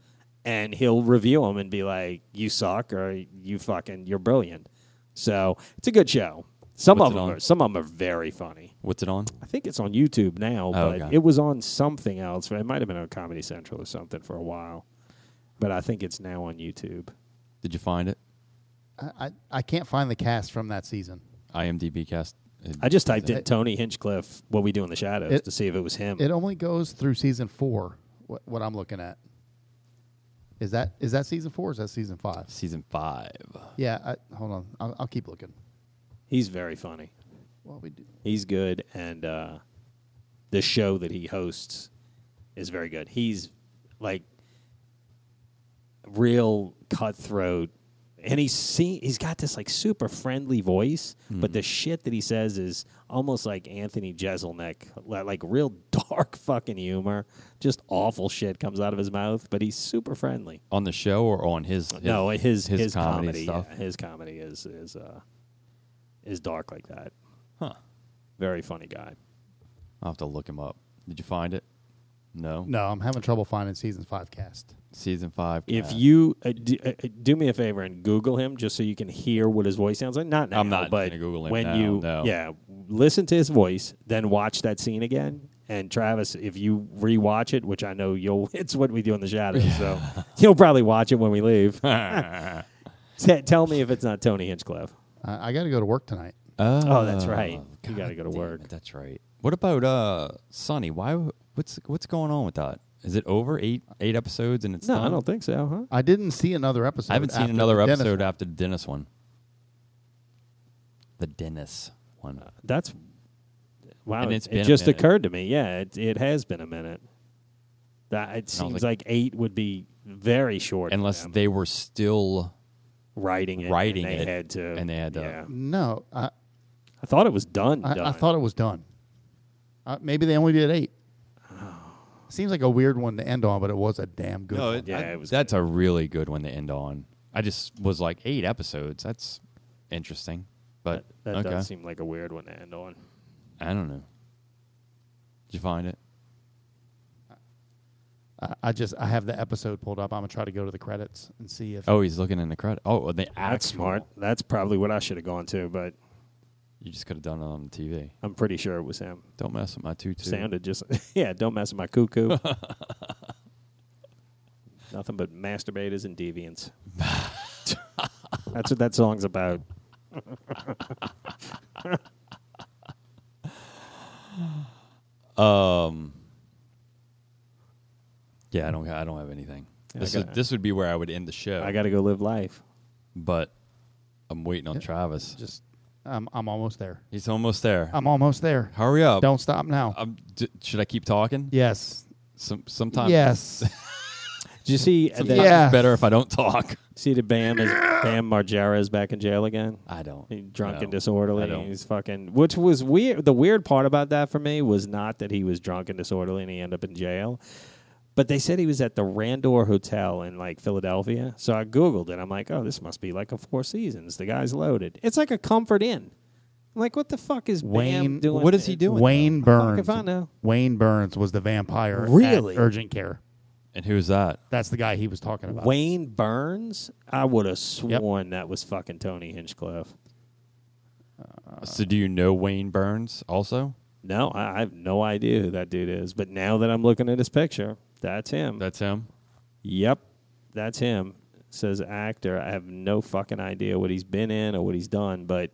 Speaker 1: and he'll review him and be like, "You suck," or "You fucking you're brilliant." So it's a good show. Some
Speaker 2: What's
Speaker 1: of
Speaker 2: it
Speaker 1: them
Speaker 2: on?
Speaker 1: are some of them are very funny.
Speaker 2: What's it on?
Speaker 1: I think it's on YouTube now, but
Speaker 2: okay.
Speaker 1: it was on something else. It might have been on Comedy Central or something for a while, but I think it's now on YouTube.
Speaker 2: Did you find it?
Speaker 3: I, I, I can't find the cast from that season.
Speaker 2: IMDb cast. uh,
Speaker 1: I just typed in Tony Hinchcliffe, "What We Do in the Shadows,"
Speaker 3: It-
Speaker 1: to see if it was him.
Speaker 3: It only goes through season four. What, what I'm looking at is that is that season four? Or is that season five?
Speaker 2: season five.
Speaker 3: Yeah. I, hold on. I'll, I'll keep looking.
Speaker 1: He's very funny.
Speaker 3: Well, we do.
Speaker 1: He's good, and uh, the show that he hosts is very good. He's like real cutthroat, and he's seen, he's got this like super friendly voice, but the shit that he says is almost like Anthony Jeselnik, li- like real dark fucking humor. Just awful shit comes out of his mouth, but he's super friendly.
Speaker 2: On the show or on his? his
Speaker 1: no, his his, comedy,
Speaker 2: stuff.
Speaker 1: yeah, his comedy is is uh, is dark like that.
Speaker 2: Huh.
Speaker 1: Very funny guy.
Speaker 2: I'll have to look him up. Did you find it? No.
Speaker 3: No, I'm having trouble finding season five cast.
Speaker 2: Season five.
Speaker 1: If
Speaker 2: cast.
Speaker 1: you uh, do, uh, uh, do me a favor and Google him just so you can hear what his voice sounds like. Not now,
Speaker 2: I'm not
Speaker 1: but
Speaker 2: gonna Google him
Speaker 1: when
Speaker 2: now,
Speaker 1: you
Speaker 2: no.
Speaker 1: yeah listen to his voice, then watch that scene again, And Travis, if you rewatch it, which I know you'll, it's what we do in the shadows, so you'll probably watch it when we leave. T- tell me if it's not Tony Hinchcliffe.
Speaker 3: I, I got to go to work tonight.
Speaker 1: Oh, that's right. You
Speaker 2: God
Speaker 1: got to go to
Speaker 2: damn
Speaker 1: work.
Speaker 2: it, that's right. What about uh Sonny? Why? w- What's what's going on with that? Is it over eight eight episodes and it's
Speaker 1: No,
Speaker 2: done?
Speaker 1: I don't think so, huh?
Speaker 3: I didn't see another episode.
Speaker 2: I haven't seen
Speaker 3: after
Speaker 2: another
Speaker 3: the Dennis
Speaker 2: episode
Speaker 3: one.
Speaker 2: after the Dennis one. The Dennis one.
Speaker 1: That's wow.
Speaker 2: And
Speaker 1: it-
Speaker 2: it's
Speaker 1: it
Speaker 2: been a
Speaker 1: just
Speaker 2: minute.
Speaker 1: occurred to me. Yeah, it, it has been a minute. That it
Speaker 2: I was
Speaker 1: seems
Speaker 2: like-
Speaker 1: like, eight would be very short. for
Speaker 2: Unless
Speaker 1: them.
Speaker 2: they were still
Speaker 1: writing it,
Speaker 2: writing
Speaker 1: and they
Speaker 2: it,
Speaker 1: had to,
Speaker 2: and they had to-
Speaker 1: Yeah.
Speaker 3: No, I,
Speaker 1: I thought it was done.
Speaker 3: I, I
Speaker 1: done.
Speaker 3: thought it was done. Uh, maybe they only did eight.
Speaker 1: Oh.
Speaker 3: Seems like a weird one to end on, but it was a damn good. one.
Speaker 1: Yeah, it was
Speaker 2: That's a really good one to end on. I just was like eight episodes. That's interesting, but
Speaker 1: that, that
Speaker 2: okay.
Speaker 1: does seem like a weird one to end on.
Speaker 2: I don't know. Did you find it?
Speaker 3: I, I just I have the episode pulled up. I'm gonna try to go to the credits and see if.
Speaker 2: Oh, he's looking in the credit. Oh, the actual.
Speaker 1: That's smart. That's probably what I should have gone to, but
Speaker 2: You just could have done it on the TV.
Speaker 1: I'm pretty sure it was him.
Speaker 2: Don't mess with my tutu.
Speaker 1: Sounded just yeah. Don't mess with my cuckoo. Nothing but masturbators and deviants. That's what that song's about.
Speaker 2: Yeah, I don't. I don't have anything.
Speaker 1: Yeah, I
Speaker 2: This is,
Speaker 1: got-
Speaker 2: this would be where I would end the show.
Speaker 1: I got to go live life.
Speaker 2: but I'm waiting on Travis.
Speaker 3: Just I'm I'm almost there.
Speaker 2: He's almost there.
Speaker 3: I'm almost there.
Speaker 2: Hurry up!
Speaker 3: Don't stop now.
Speaker 1: Oh.
Speaker 2: I'm, d- should I keep talking?
Speaker 3: yes.
Speaker 2: Some sometimes.
Speaker 3: Yes.
Speaker 1: Did you see
Speaker 2: Sometimes
Speaker 1: that?
Speaker 3: Yeah.
Speaker 2: it's better if I don't talk.
Speaker 1: See the Bam is Bam Margera is back in jail again.
Speaker 2: I don't.
Speaker 1: He's drunk
Speaker 2: No,
Speaker 1: and
Speaker 2: I
Speaker 1: disorderly.
Speaker 2: don't.
Speaker 1: He's fucking. Which was weird. The weird part about that for me was not that he was drunk and disorderly and he ended up in jail, but they said he was at the Randor Hotel in like Philadelphia. So I googled it. I'm like, oh, this must be like a Four Seasons. The guy's loaded. It's like a Comfort Inn. I'm like, what the fuck is
Speaker 3: Wayne-
Speaker 1: Bam doing?
Speaker 2: what is he doing?
Speaker 3: Wayne Burns.
Speaker 1: if I know.
Speaker 3: Wayne Burns was the vampire. at
Speaker 1: Really?
Speaker 3: urgent care.
Speaker 2: And who's that?
Speaker 3: That's the guy he was talking about.
Speaker 1: Wayne Burns? I would have sworn that was fucking Tony Hinchcliffe.
Speaker 3: Uh,
Speaker 2: so do you know Wayne Burns also?
Speaker 1: No, I, I have no idea who that dude is. But now that I'm looking at his picture, that's him.
Speaker 2: That's him.
Speaker 1: yep, that's him. Says actor. I have no fucking idea what he's been in or what he's done, but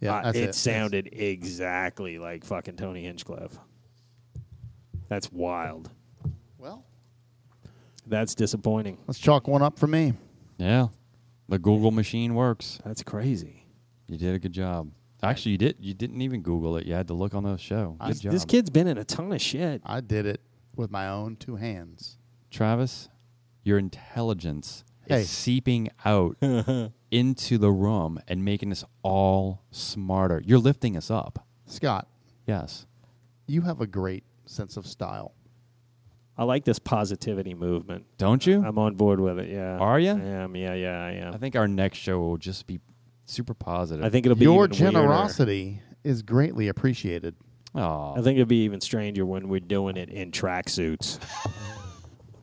Speaker 3: Yeah,
Speaker 1: uh,
Speaker 3: that's
Speaker 1: it
Speaker 3: it.
Speaker 1: sounded exactly like fucking Tony Hinchcliffe. That's wild.
Speaker 3: Well,
Speaker 1: That's disappointing.
Speaker 3: let's chalk one up for me.
Speaker 2: Yeah. The Google machine works.
Speaker 1: That's crazy.
Speaker 2: You did a good job. Actually, you did. You didn't even Google it. You had to look on the show. Good
Speaker 1: This,
Speaker 2: job,
Speaker 1: this kid's been in a ton of shit.
Speaker 3: I did it with my own two hands.
Speaker 2: Travis. Your intelligence
Speaker 3: Hey.
Speaker 2: is seeping out into the room and making us all smarter. You're lifting us up.
Speaker 3: Scott,
Speaker 2: Yes.
Speaker 3: you have a great sense of style.
Speaker 1: I like this positivity movement.
Speaker 2: Don't you?
Speaker 1: I'm on board with it. Yeah.
Speaker 2: Are ya?
Speaker 1: I am. Yeah. Yeah. I am.
Speaker 2: I think our next show will just be super positive.
Speaker 1: I think it'll be
Speaker 3: Your
Speaker 1: even weirder.
Speaker 3: generosity is greatly appreciated.
Speaker 1: I
Speaker 2: Oh,
Speaker 1: think it'd be even stranger when we're doing it in tracksuits.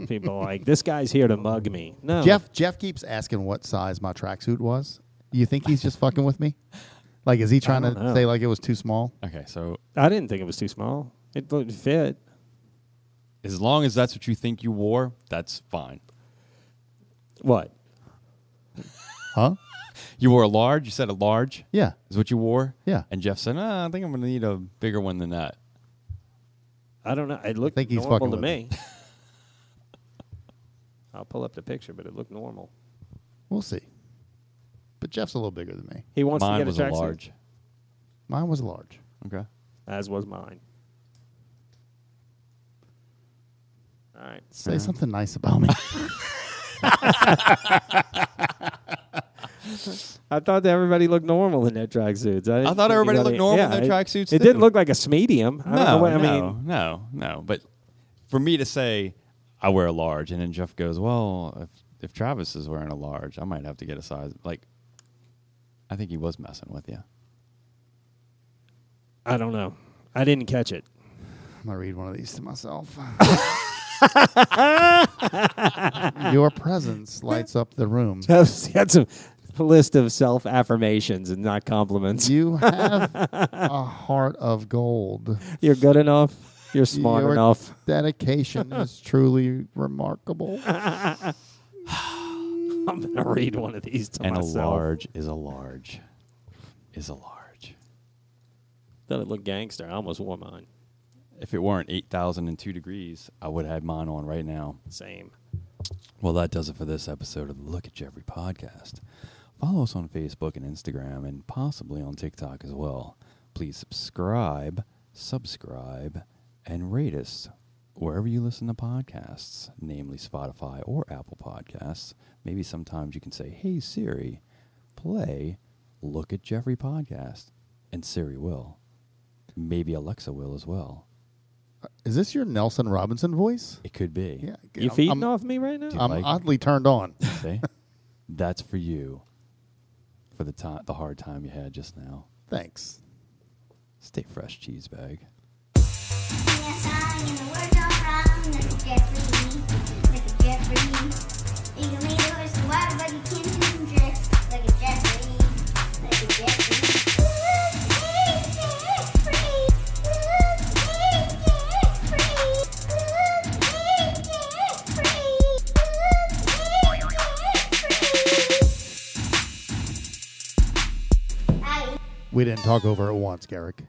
Speaker 1: People are like, this guy's here to mug me. No.
Speaker 3: Jeff Jeff keeps asking what size my tracksuit was. You think he's just fucking with me? Like, is he trying to
Speaker 1: don't know.
Speaker 3: say like it was too small?
Speaker 2: okay. So
Speaker 1: I didn't think it was too small. It looked fit.
Speaker 2: as long as that's what you think you wore, that's fine.
Speaker 1: What?
Speaker 3: Huh?
Speaker 2: You wore a large. You said a large
Speaker 3: Yeah.
Speaker 2: is what you wore.
Speaker 3: Yeah.
Speaker 2: And Jeff said, "Ah, I think I'm going to need a bigger one than that.
Speaker 1: I don't know. It looked
Speaker 3: think he's
Speaker 1: normal
Speaker 3: fucking
Speaker 1: to
Speaker 3: with
Speaker 1: me. I'll pull up the picture, but it looked normal.
Speaker 3: We'll see. But Jeff's a little bigger than me.
Speaker 1: He wants to
Speaker 2: Mine
Speaker 1: get
Speaker 2: was
Speaker 1: a
Speaker 2: a
Speaker 1: tracksuit.
Speaker 2: large.
Speaker 3: Mine was large.
Speaker 2: Okay.
Speaker 1: As was mine. All right.
Speaker 3: Say something nice about me.
Speaker 1: I thought that everybody looked normal in their tracksuits. I, didn't
Speaker 2: thought
Speaker 1: think
Speaker 2: everybody
Speaker 1: anybody-
Speaker 2: looked normal in
Speaker 1: yeah,
Speaker 2: their
Speaker 1: it-
Speaker 2: tracksuits,
Speaker 1: It
Speaker 2: too.
Speaker 1: didn't look like a medium. I don't know what, I mean,
Speaker 2: no, no. But for me to say I wear a large, and then Jeff goes, "Well, if, if Travis is wearing a large, I might have to get a size." Like, I think he was messing with you.
Speaker 1: I don't know. I didn't catch it.
Speaker 3: I'm gonna read one of these to myself. Your presence lights up the room.
Speaker 1: That's that's a list of self affirmations and not compliments.
Speaker 3: You have a heart of gold.
Speaker 1: You're good enough. You're smart
Speaker 3: Your
Speaker 1: enough.
Speaker 3: Dedication is truly remarkable.
Speaker 1: I'm gonna read one of these to
Speaker 2: and
Speaker 1: myself.
Speaker 2: a large is a large is a large.
Speaker 1: Thought it looked gangster. I almost wore mine.
Speaker 2: If it weren't 8,002 degrees, I would have had mine on right now.
Speaker 1: Same.
Speaker 2: Well, that does it for this episode of the Look at Jeffrey podcast. Follow us on Facebook and Instagram and possibly on TikTok as well. Please subscribe, subscribe, and rate us wherever you listen to podcasts, namely Spotify or Apple Podcasts. Maybe sometimes you can say, Hey Siri, play Look at Jeffrey podcast. And Siri will. Maybe Alexa will as well.
Speaker 3: Is this your Nelson Robinson voice?
Speaker 2: It could be.
Speaker 3: Yeah.
Speaker 1: You
Speaker 3: I'm-
Speaker 1: feeding
Speaker 3: I'm,
Speaker 1: off me right now?
Speaker 2: Dude.
Speaker 3: I'm
Speaker 2: Like-
Speaker 3: oddly turned on.
Speaker 2: See? That's for you. For the time the hard time you had just now.
Speaker 3: Thanks.
Speaker 2: Stay fresh, cheese bag.
Speaker 5: Bye.
Speaker 3: We didn't talk over it once, Garrick.